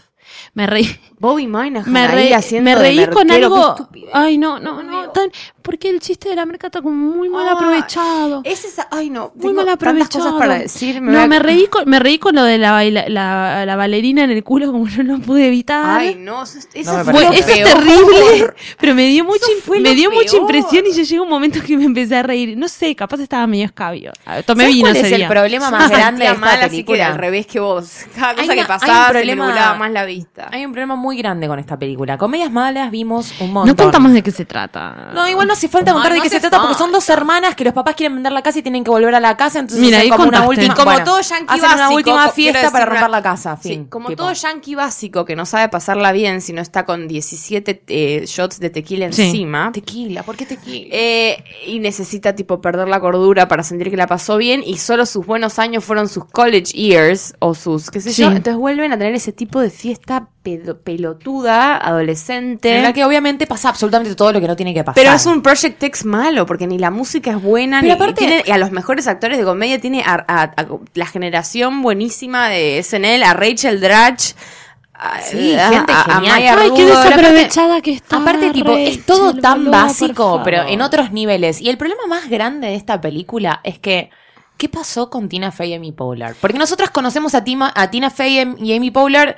Speaker 2: Me reí,
Speaker 3: Bobby Minahan
Speaker 2: me
Speaker 3: ahí
Speaker 2: reí,
Speaker 3: haciendo
Speaker 2: me
Speaker 3: de
Speaker 2: reí con
Speaker 3: merquero, qué
Speaker 2: algo.
Speaker 3: estupidez.
Speaker 2: Ay, no, no, no, tan- porque el chiste de la merca está como muy mal
Speaker 3: Ah,
Speaker 2: aprovechado.
Speaker 3: Es esa, ay no,
Speaker 2: Muy
Speaker 3: tengo
Speaker 2: mal
Speaker 3: tantas
Speaker 2: aprovechado.
Speaker 3: cosas para decir. voy
Speaker 2: no,
Speaker 3: a-
Speaker 2: me reí con, me reí con lo de la, baila- la, la bailarina en el culo, como no lo pude evitar.
Speaker 3: Ay, no, eso, es- eso
Speaker 4: No me
Speaker 3: fue
Speaker 2: Fue-
Speaker 3: lo
Speaker 4: parece
Speaker 2: eso es
Speaker 3: peor.
Speaker 2: terrible, pero me dio mucha,
Speaker 3: Eso fue
Speaker 2: me
Speaker 3: lo
Speaker 2: dio mucha
Speaker 3: peor.
Speaker 2: impresión y yo llegué a un momento que me empecé a reír. No sé, capaz estaba medio escabio. A ver, Tomé
Speaker 4: ¿Sabes
Speaker 2: vino
Speaker 4: cuál
Speaker 2: ese
Speaker 4: es el
Speaker 2: día.
Speaker 4: problema más
Speaker 3: Me
Speaker 4: grande de
Speaker 3: sentía
Speaker 4: esta
Speaker 3: mal, así que
Speaker 4: película?
Speaker 3: era al revés que vos. Cada cosa
Speaker 4: Hay
Speaker 3: que
Speaker 4: una- hay un
Speaker 3: pasaba se me
Speaker 4: problema-
Speaker 3: nublaba más la vista.
Speaker 4: Hay un problema muy grande con esta película. Comedias malas vimos un montón.
Speaker 2: No contamos de qué se trata.
Speaker 4: No, igual no hace falta contar
Speaker 3: Ah. No,
Speaker 4: de
Speaker 3: no
Speaker 4: qué se
Speaker 3: hace
Speaker 4: trata porque son
Speaker 3: falta.
Speaker 4: dos hermanas que los papás quieren vender la casa y tienen que volver a la casa, entonces
Speaker 2: Mira,
Speaker 4: hacen
Speaker 2: ahí
Speaker 4: como una
Speaker 2: contaste.
Speaker 4: última
Speaker 2: Y como
Speaker 4: bueno,
Speaker 3: todo yankee
Speaker 4: hacen
Speaker 3: básico.
Speaker 4: una última
Speaker 3: co-
Speaker 4: fiesta
Speaker 3: quiero
Speaker 4: para
Speaker 3: decir una-
Speaker 4: romper la casa,
Speaker 3: Sí,
Speaker 4: fin.
Speaker 3: como
Speaker 4: tipo.
Speaker 3: todo yankee básico que no sabe pasarla bien si no está con 17 eh, shots de tequila
Speaker 2: Sí.
Speaker 3: encima.
Speaker 4: Tequila, ¿por qué tequila?
Speaker 3: Eh, y necesita tipo perder la cordura para sentir que la pasó bien y solo sus buenos años fueron sus college years o sus qué sé
Speaker 2: Sí.
Speaker 3: yo entonces vuelven a tener ese tipo de fiesta pedo- pelotuda adolescente
Speaker 4: en la que obviamente pasa absolutamente todo lo que no tiene que pasar.
Speaker 3: pero es un Project X malo, porque ni la música es buena,
Speaker 4: Pero
Speaker 3: ni
Speaker 4: aparte-
Speaker 3: tiene- y a los mejores actores de comedia tiene a, a- a la generación buenísima de SNL, a Rachel Dratch, a, eh,
Speaker 4: Sí,
Speaker 3: a-
Speaker 4: gente
Speaker 3: a- a
Speaker 4: genial.
Speaker 3: Maya
Speaker 2: Ay, qué
Speaker 3: Rudolph.
Speaker 2: desaprovechada que está.
Speaker 4: Aparte, tipo, es todo
Speaker 2: Rachel,
Speaker 4: tan
Speaker 2: boluda,
Speaker 4: básico,
Speaker 2: por
Speaker 4: pero
Speaker 2: favor.
Speaker 4: en otros niveles. Y el problema más grande de esta película es que, ¿qué pasó con Tina Fey y Amy Poehler? Porque nosotras conocemos a, Tima- a Tina Fey em- y Amy Poehler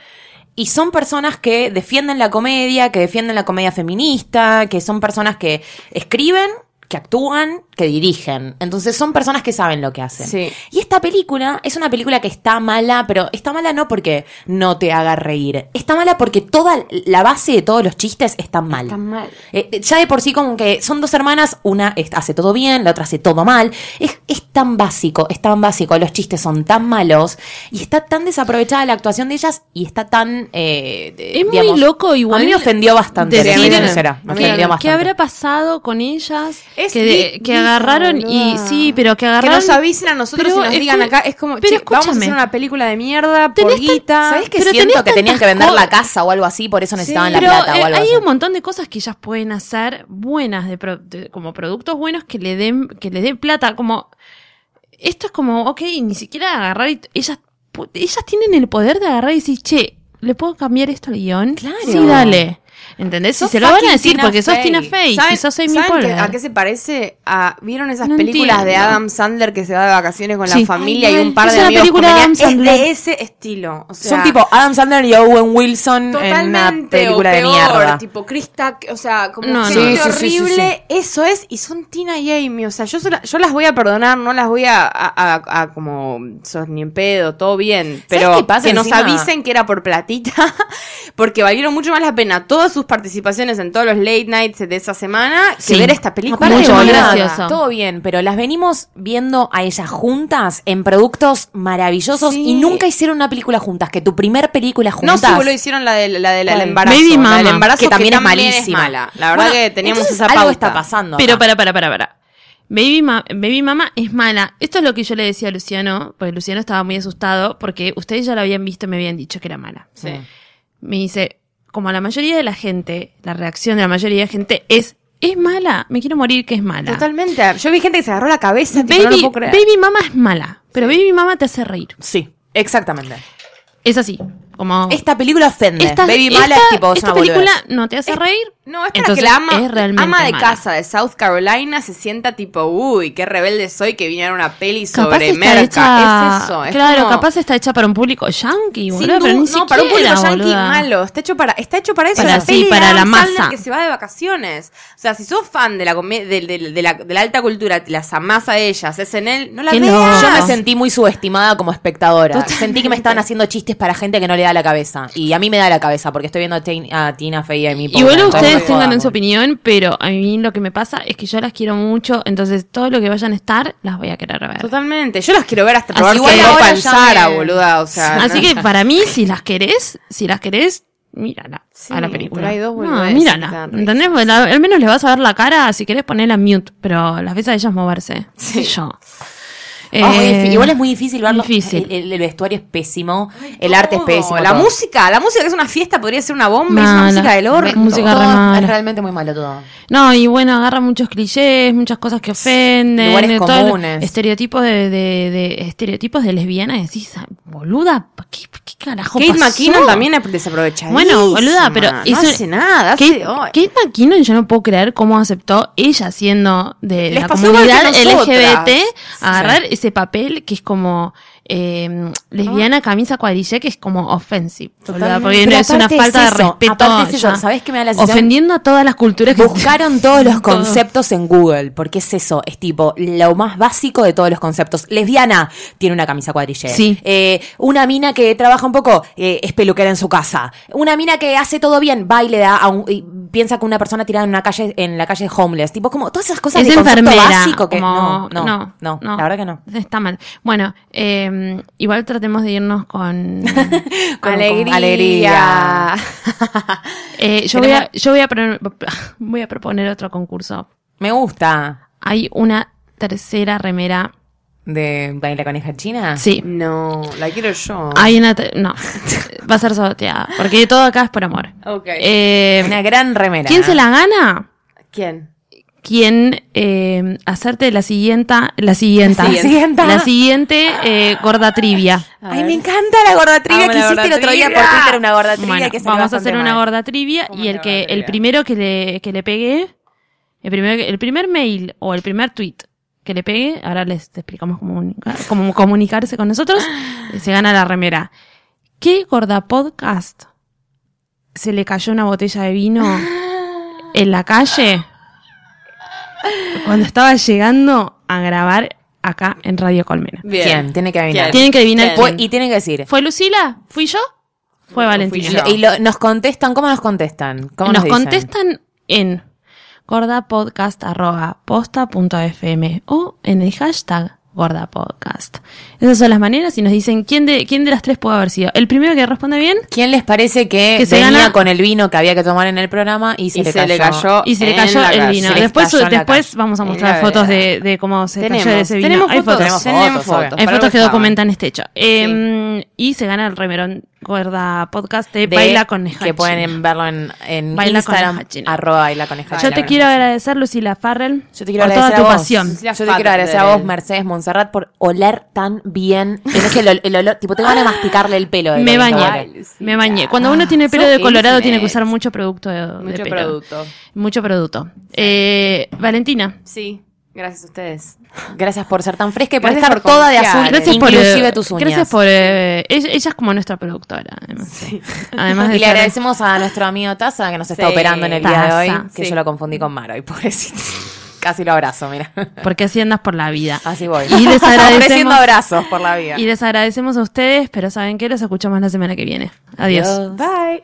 Speaker 4: y son personas que defienden la comedia, que defienden la comedia feminista, que son personas que escriben, que actúan, que dirigen. Entonces son personas que saben lo que hacen.
Speaker 3: Sí.
Speaker 4: Y esta película es una película que está mala, pero está mala no porque no te haga reír. Está mala porque toda la base de todos los chistes está mal.
Speaker 3: Está mal.
Speaker 4: Eh, eh, ya de por sí como que son dos hermanas, una es- hace todo bien, la otra hace todo mal. Es, es tan básico, es tan básico, los chistes son tan malos y está tan desaprovechada la actuación de ellas y está tan... eh, de-
Speaker 2: Es muy
Speaker 4: digamos,
Speaker 2: loco igual
Speaker 4: A mí me ofendió bastante,
Speaker 2: decir-
Speaker 4: soy sincera, me
Speaker 3: Miren,
Speaker 4: ofendió
Speaker 2: ¿Qué
Speaker 4: bastante.
Speaker 2: habrá pasado con ellas?
Speaker 3: Es
Speaker 2: que, de- que
Speaker 3: divina,
Speaker 2: agarraron y
Speaker 3: boluda.
Speaker 2: sí, pero que
Speaker 3: Que
Speaker 2: agarraron.
Speaker 3: nos avisen a nosotros
Speaker 2: pero
Speaker 3: y nos
Speaker 2: escu-
Speaker 3: digan acá. Es como,
Speaker 2: pero
Speaker 3: che, vamos a
Speaker 2: escúchame.
Speaker 3: hacer una película de mierda por
Speaker 2: Tenés tan-
Speaker 3: guita.
Speaker 4: ¿Sabes que
Speaker 2: Pero
Speaker 4: siento
Speaker 2: tenés
Speaker 4: que tenían
Speaker 2: tantas
Speaker 4: que vender la
Speaker 2: cosas.
Speaker 4: casa o algo así? Por eso necesitaban
Speaker 2: Pero
Speaker 4: la plata o
Speaker 2: eh,
Speaker 4: algo
Speaker 2: hay
Speaker 4: así.
Speaker 2: un montón de cosas que ellas pueden hacer buenas, de pro- de- como productos buenos que le den, que le den plata, como esto es como, ok, ni siquiera agarrar y t- ellas, pu- ellas tienen el poder de agarrar y decir, che, ¿le puedo cambiar esto al guión?
Speaker 4: Claro.
Speaker 2: Sí, dale. ¿Entendés? Si
Speaker 4: Sos
Speaker 2: se lo van a
Speaker 4: fucking
Speaker 2: decir
Speaker 4: Tina
Speaker 2: porque sos
Speaker 4: Fey.
Speaker 2: Tina Fey y sos Amy
Speaker 3: saben
Speaker 2: Poehler.
Speaker 3: qué- a qué se parece? A- ¿Vieron esas
Speaker 2: No
Speaker 3: películas de
Speaker 2: entiendo.
Speaker 3: Adam Sandler que se va de vacaciones con
Speaker 2: Sí.
Speaker 3: la familia
Speaker 2: Ay,
Speaker 3: y un
Speaker 2: mal.
Speaker 3: par
Speaker 2: Es
Speaker 3: de
Speaker 2: una
Speaker 3: amigos?
Speaker 2: película de
Speaker 3: comedia?
Speaker 2: Adam
Speaker 3: Es
Speaker 2: Sandler.
Speaker 3: de ese estilo. O sea,
Speaker 4: Son tipo Adam Sandler y Owen Wilson en una
Speaker 3: totalmente
Speaker 4: película
Speaker 3: o
Speaker 4: de
Speaker 3: peor,
Speaker 4: mierda.
Speaker 3: Tipo Krista, o sea, como
Speaker 2: No,
Speaker 3: gente
Speaker 2: no. Sí,
Speaker 4: sí, sí, sí, sí.
Speaker 3: horrible. Eso es, y son Tina y Amy. O sea, yo, se la- yo las voy a perdonar, no las voy a, a, a- a como sos ni en pedo, todo bien. Pero
Speaker 4: qué pasa
Speaker 3: que nos
Speaker 4: encima?
Speaker 3: avisen que era por platita, porque valieron mucho más la pena todas sus participaciones en todos los late nights de esa semana que
Speaker 2: Sí.
Speaker 3: ver esta película.
Speaker 2: Aparte, Mucho más
Speaker 4: boluda,
Speaker 2: gracioso.
Speaker 4: Todo bien, pero las venimos viendo a ellas juntas en productos maravillosos
Speaker 3: Sí.
Speaker 4: y nunca hicieron una película juntas. Que tu primer película
Speaker 3: No,
Speaker 4: juntas.
Speaker 3: sí, lo hicieron la del la de la, del
Speaker 2: ¿Cuál?
Speaker 3: embarazo.
Speaker 2: Baby
Speaker 3: la del
Speaker 2: Mama,
Speaker 3: embarazo
Speaker 4: que también es malísima.
Speaker 3: mala. La verdad
Speaker 4: Bueno,
Speaker 3: que teníamos
Speaker 4: entonces
Speaker 3: esa pauta.
Speaker 4: Algo está pasando.
Speaker 2: Pero
Speaker 4: acá.
Speaker 2: para, para, para, para. Baby, Ma- Baby Mama es mala. Esto es lo que yo le decía a Luciano, porque Luciano estaba muy asustado, porque ustedes ya la habían visto y me habían dicho que era mala.
Speaker 3: Sí.
Speaker 2: Me dice, como la mayoría de la gente, la reacción de la mayoría de la gente es, es mala, me quiero morir que es mala.
Speaker 3: Totalmente. Yo vi gente que se agarró la cabeza,
Speaker 2: Baby,
Speaker 3: tipo, no lo puedo creer.
Speaker 2: Baby Mama es mala, pero Baby Mama te hace reír.
Speaker 4: Sí, exactamente.
Speaker 2: Es así, como...
Speaker 4: Esta película ofende.
Speaker 2: esta-
Speaker 4: Baby
Speaker 2: esta-
Speaker 4: Mala es tipo. es
Speaker 2: esta
Speaker 4: una
Speaker 2: película
Speaker 4: boludez.
Speaker 2: no te hace reír.
Speaker 3: No, es para
Speaker 2: entonces
Speaker 3: que la ama,
Speaker 2: es realmente
Speaker 3: ama de
Speaker 2: mala.
Speaker 3: casa de South Carolina se sienta tipo, uy, qué rebelde soy que vine a ver una peli
Speaker 2: Capaz
Speaker 3: sobre
Speaker 2: está
Speaker 3: merca.
Speaker 2: hecha,
Speaker 3: Es eso. es
Speaker 2: claro,
Speaker 3: como-
Speaker 2: capaz está hecha para un público yankee,
Speaker 3: sin
Speaker 2: boludo, pero
Speaker 3: duda-
Speaker 2: ni
Speaker 3: no, para un
Speaker 2: siquiera,
Speaker 3: público yankee
Speaker 2: boluda.
Speaker 3: malo. Está hecho para, está hecho para eso.
Speaker 2: Para
Speaker 3: la
Speaker 2: sí,
Speaker 3: peli de
Speaker 2: para la
Speaker 3: Adam Sandler
Speaker 2: masa.
Speaker 3: que se va de vacaciones. O sea, si sos fan de la, come- de, de- de la, de la alta cultura, te las amás a ellas, es en él, no la
Speaker 2: Qué
Speaker 3: veas.
Speaker 2: loco.
Speaker 4: Yo me sentí muy subestimada como espectadora. Sentí que me estaban haciendo chistes para gente que no le da la cabeza. Y a mí me da la cabeza porque estoy viendo a, Tin- a Tina Fey y a mi
Speaker 2: Igual ustedes tengan en su opinión, pero a mí lo que me pasa es que yo las quiero mucho, entonces todo lo que vayan a estar, las voy a querer ver.
Speaker 3: Totalmente. Yo las quiero ver hasta
Speaker 4: Así
Speaker 3: probar
Speaker 4: igual
Speaker 3: que
Speaker 4: ahora
Speaker 3: ropa en
Speaker 4: ya
Speaker 3: Zara,
Speaker 4: me-
Speaker 3: boluda. O sea,
Speaker 2: Así
Speaker 3: no.
Speaker 2: que para mí, si las querés, si las querés, mírala
Speaker 3: Sí,
Speaker 2: a la
Speaker 3: pero
Speaker 2: película.
Speaker 3: hay dos
Speaker 2: no,
Speaker 3: boludeces que te
Speaker 2: mírala.
Speaker 3: dan risa.
Speaker 2: ¿Entendés? Porque la- al menos le vas a ver la cara, si querés ponerla en mute, pero las ves a ellas moverse. Sí. yo.
Speaker 3: Ah,
Speaker 2: Eh,
Speaker 4: igual Ah, es muy difícil verlo.
Speaker 2: difícil.
Speaker 4: El, el- el vestuario es pésimo, el arte es
Speaker 3: Todo.
Speaker 4: pésimo.
Speaker 3: La
Speaker 4: todo.
Speaker 3: música, la música que es una fiesta podría ser una bomba, es una
Speaker 2: Mala.
Speaker 3: música del
Speaker 4: Re-
Speaker 3: horno.
Speaker 2: Música
Speaker 4: todo
Speaker 2: re
Speaker 4: es-
Speaker 2: mala.
Speaker 4: es realmente muy malo todo.
Speaker 2: No, y bueno, agarra muchos clichés, muchas cosas que ofenden.
Speaker 4: Lugares
Speaker 2: eh, todo el-
Speaker 4: comunes.
Speaker 2: Estereotipos de, de, de- estereotipos de lesbiana. y Decís, "Ah, boluda, ¿qué, qué carajo
Speaker 3: Kate
Speaker 2: pasó?
Speaker 3: McKinnon también es desaprovechadísima.
Speaker 2: Bueno, boluda, pero
Speaker 3: No
Speaker 2: hizo-
Speaker 3: hace nada, hace...
Speaker 2: Kate,
Speaker 3: ay.
Speaker 2: Kate McKinnon, yo no puedo creer cómo aceptó ella siendo de
Speaker 3: Les
Speaker 2: la
Speaker 3: pasó igual que
Speaker 2: comunidad
Speaker 3: nosotras.
Speaker 2: LGBT agarrar ese papel que es como eh, lesbiana camisa cuadrille que es como offensive. boluda, Porque
Speaker 4: Ah. Pero
Speaker 2: es una
Speaker 4: aparte es
Speaker 2: falta
Speaker 4: eso,
Speaker 2: de respeto.
Speaker 4: aparte es eso,
Speaker 2: ya.
Speaker 4: ¿sabés qué me da la sensación?
Speaker 2: Ofendiendo a todas las culturas que
Speaker 4: Buscaron todos los
Speaker 2: Todo.
Speaker 4: conceptos en Google, porque es eso, es tipo lo más básico de todos los conceptos. Lesbiana tiene una camisa cuadrillera.
Speaker 2: Sí.
Speaker 4: Eh, una mina que trabaja un poco eh, es peluquera en su casa. Una mina que hace todo bien, va y le da a un- y piensa que una persona tirada en una calle, en la calle es homeless. Tipo, como todas esas cosas
Speaker 2: es
Speaker 4: de concepto
Speaker 2: enfermera.
Speaker 4: básico que
Speaker 2: como-
Speaker 4: no, no, no, la verdad que no.
Speaker 2: Está mal. Bueno, eh, igual tratemos de irnos con.
Speaker 4: Con- con
Speaker 3: alegría.
Speaker 4: alegría.
Speaker 2: Eh, yo voy a, yo voy a, pro- voy a proponer otro concurso.
Speaker 4: Me gusta
Speaker 2: Hay una tercera remera.
Speaker 4: de Baila Coneja China.
Speaker 2: Sí.
Speaker 3: no, la quiero yo.
Speaker 2: Hay una. te- No. Va a ser sorteada. Porque todo acá es por amor.
Speaker 3: Ok.
Speaker 2: Eh,
Speaker 4: Una gran remera.
Speaker 2: ¿Quién se la gana?
Speaker 3: ¿Quién?
Speaker 2: Quien eh, hacerte la siguiente. La siguiente.
Speaker 4: La siguiente.
Speaker 2: La siguiente eh, gorda trivia.
Speaker 4: Ay, me encanta la gorda trivia
Speaker 3: Amo
Speaker 4: que
Speaker 3: la
Speaker 4: hiciste el
Speaker 3: gorda
Speaker 4: otro día por
Speaker 3: trivia.
Speaker 4: Twitter, una gorda trivia
Speaker 2: Bueno,
Speaker 4: que salió
Speaker 2: vamos a
Speaker 4: bastante
Speaker 2: hacer una
Speaker 4: mal.
Speaker 2: gorda trivia
Speaker 3: ¿Cómo
Speaker 2: y
Speaker 3: una
Speaker 2: el
Speaker 3: gorda
Speaker 2: que el
Speaker 3: trivia?
Speaker 2: primero que le, que le pegue, el primer, el primer mail o el primer tweet que le pegue, ahora les explicamos cómo, comunica- cómo comunicarse con nosotros, se gana la remera. ¿Qué gorda podcast se le cayó una botella de vino en la calle cuando estaba llegando a grabar acá en Radio Colmena?
Speaker 3: Bien.
Speaker 4: ¿Quién? Tiene que adivinar.
Speaker 3: ¿Quién?
Speaker 2: Tienen que adivinar
Speaker 3: Bien.
Speaker 4: Fue-
Speaker 2: quién.
Speaker 4: y tienen que decir.
Speaker 2: ¿Fue Lucila? ¿Fui yo? Fue Valentina.
Speaker 3: fui yo.
Speaker 4: Y lo- nos contestan, ¿cómo nos contestan? ¿Cómo
Speaker 2: nos,
Speaker 4: nos, dicen?
Speaker 2: contestan en gordapodcast.posta.fm o en el hashtag Gorda Podcast. Esas son las maneras y nos dicen quién de, quién de las tres puede haber sido. El primero que responde bien
Speaker 4: ¿Quién les parece que,
Speaker 2: Que se
Speaker 4: venía
Speaker 2: gana-
Speaker 4: con el vino que había que tomar en el programa y se,
Speaker 3: Y
Speaker 4: le,
Speaker 3: se
Speaker 4: cayó?
Speaker 3: le cayó.
Speaker 2: y se le
Speaker 3: Oh, En
Speaker 2: cayó
Speaker 3: la
Speaker 2: el
Speaker 3: calle.
Speaker 2: vino.
Speaker 4: Se les
Speaker 2: después
Speaker 4: cayó en la
Speaker 2: después
Speaker 4: calle.
Speaker 2: vamos a
Speaker 3: En
Speaker 2: mostrar
Speaker 3: la
Speaker 2: fotos
Speaker 3: vereda.
Speaker 2: de, de cómo se cayó de
Speaker 3: Tenemos,
Speaker 2: ese vino.
Speaker 3: tenemos
Speaker 2: Hay
Speaker 3: fotos,
Speaker 2: fotos.
Speaker 3: tenemos
Speaker 4: fotos,
Speaker 3: fotos.
Speaker 2: Hay
Speaker 3: para
Speaker 2: fotos
Speaker 3: algo
Speaker 2: que
Speaker 3: estaban.
Speaker 2: documentan este hecho. Eh, Y se gana el remerón Gorda Podcast de,
Speaker 4: De-
Speaker 2: Baila con Hachina.
Speaker 4: Que pueden verlo en, en
Speaker 2: Baila con
Speaker 4: Instagram,
Speaker 2: Hachina.
Speaker 4: arroba baila con Hachina.
Speaker 2: Yo te quiero agradecer, Lucila Farrell,
Speaker 4: Yo te quiero
Speaker 2: por
Speaker 4: agradecer
Speaker 2: toda tu
Speaker 4: a vos.
Speaker 2: pasión.
Speaker 3: Lucila
Speaker 4: Yo te quiero agradecer a vos, Mercedes Montserrat, por oler tan bien. Tenés el, ol- el olor, tipo, te van a masticarle el pelo. del
Speaker 2: Me
Speaker 4: olor que
Speaker 2: bañé,
Speaker 4: huele.
Speaker 3: Lucila.
Speaker 2: me bañé.
Speaker 4: Ah,
Speaker 2: Cuando uno tiene pelo
Speaker 3: sos
Speaker 2: de colorado
Speaker 3: business.
Speaker 2: tiene que usar mucho producto de, de
Speaker 3: Mucho
Speaker 2: pelo.
Speaker 3: producto.
Speaker 2: Mucho producto. Eh, Valentina,
Speaker 3: Sí, gracias a ustedes.
Speaker 4: Gracias por ser tan fresca y por
Speaker 3: Gracias
Speaker 4: estar
Speaker 3: por
Speaker 4: toda de
Speaker 3: confiar.
Speaker 4: azul,
Speaker 2: gracias por,
Speaker 4: inclusive
Speaker 2: eh,
Speaker 4: tus uñas.
Speaker 2: Gracias por eh, ella, ella es como nuestra productora, además. Además de
Speaker 4: Y le
Speaker 2: ser-
Speaker 4: agradecemos a nuestro amigo Taza que nos está
Speaker 3: Sí.
Speaker 4: operando en el día de
Speaker 2: Taza.
Speaker 4: hoy, que
Speaker 3: Sí.
Speaker 4: yo lo confundí con Maro y pobrecito. Casi lo abrazo, mira.
Speaker 2: porque así andas por la vida.
Speaker 4: Así voy.
Speaker 2: Y les
Speaker 4: Ofreciendo
Speaker 2: agradecemos.
Speaker 4: abrazos por la vida.
Speaker 2: Y les agradecemos a ustedes, pero saben que los escuchamos la semana que viene. Adiós.
Speaker 3: Bye.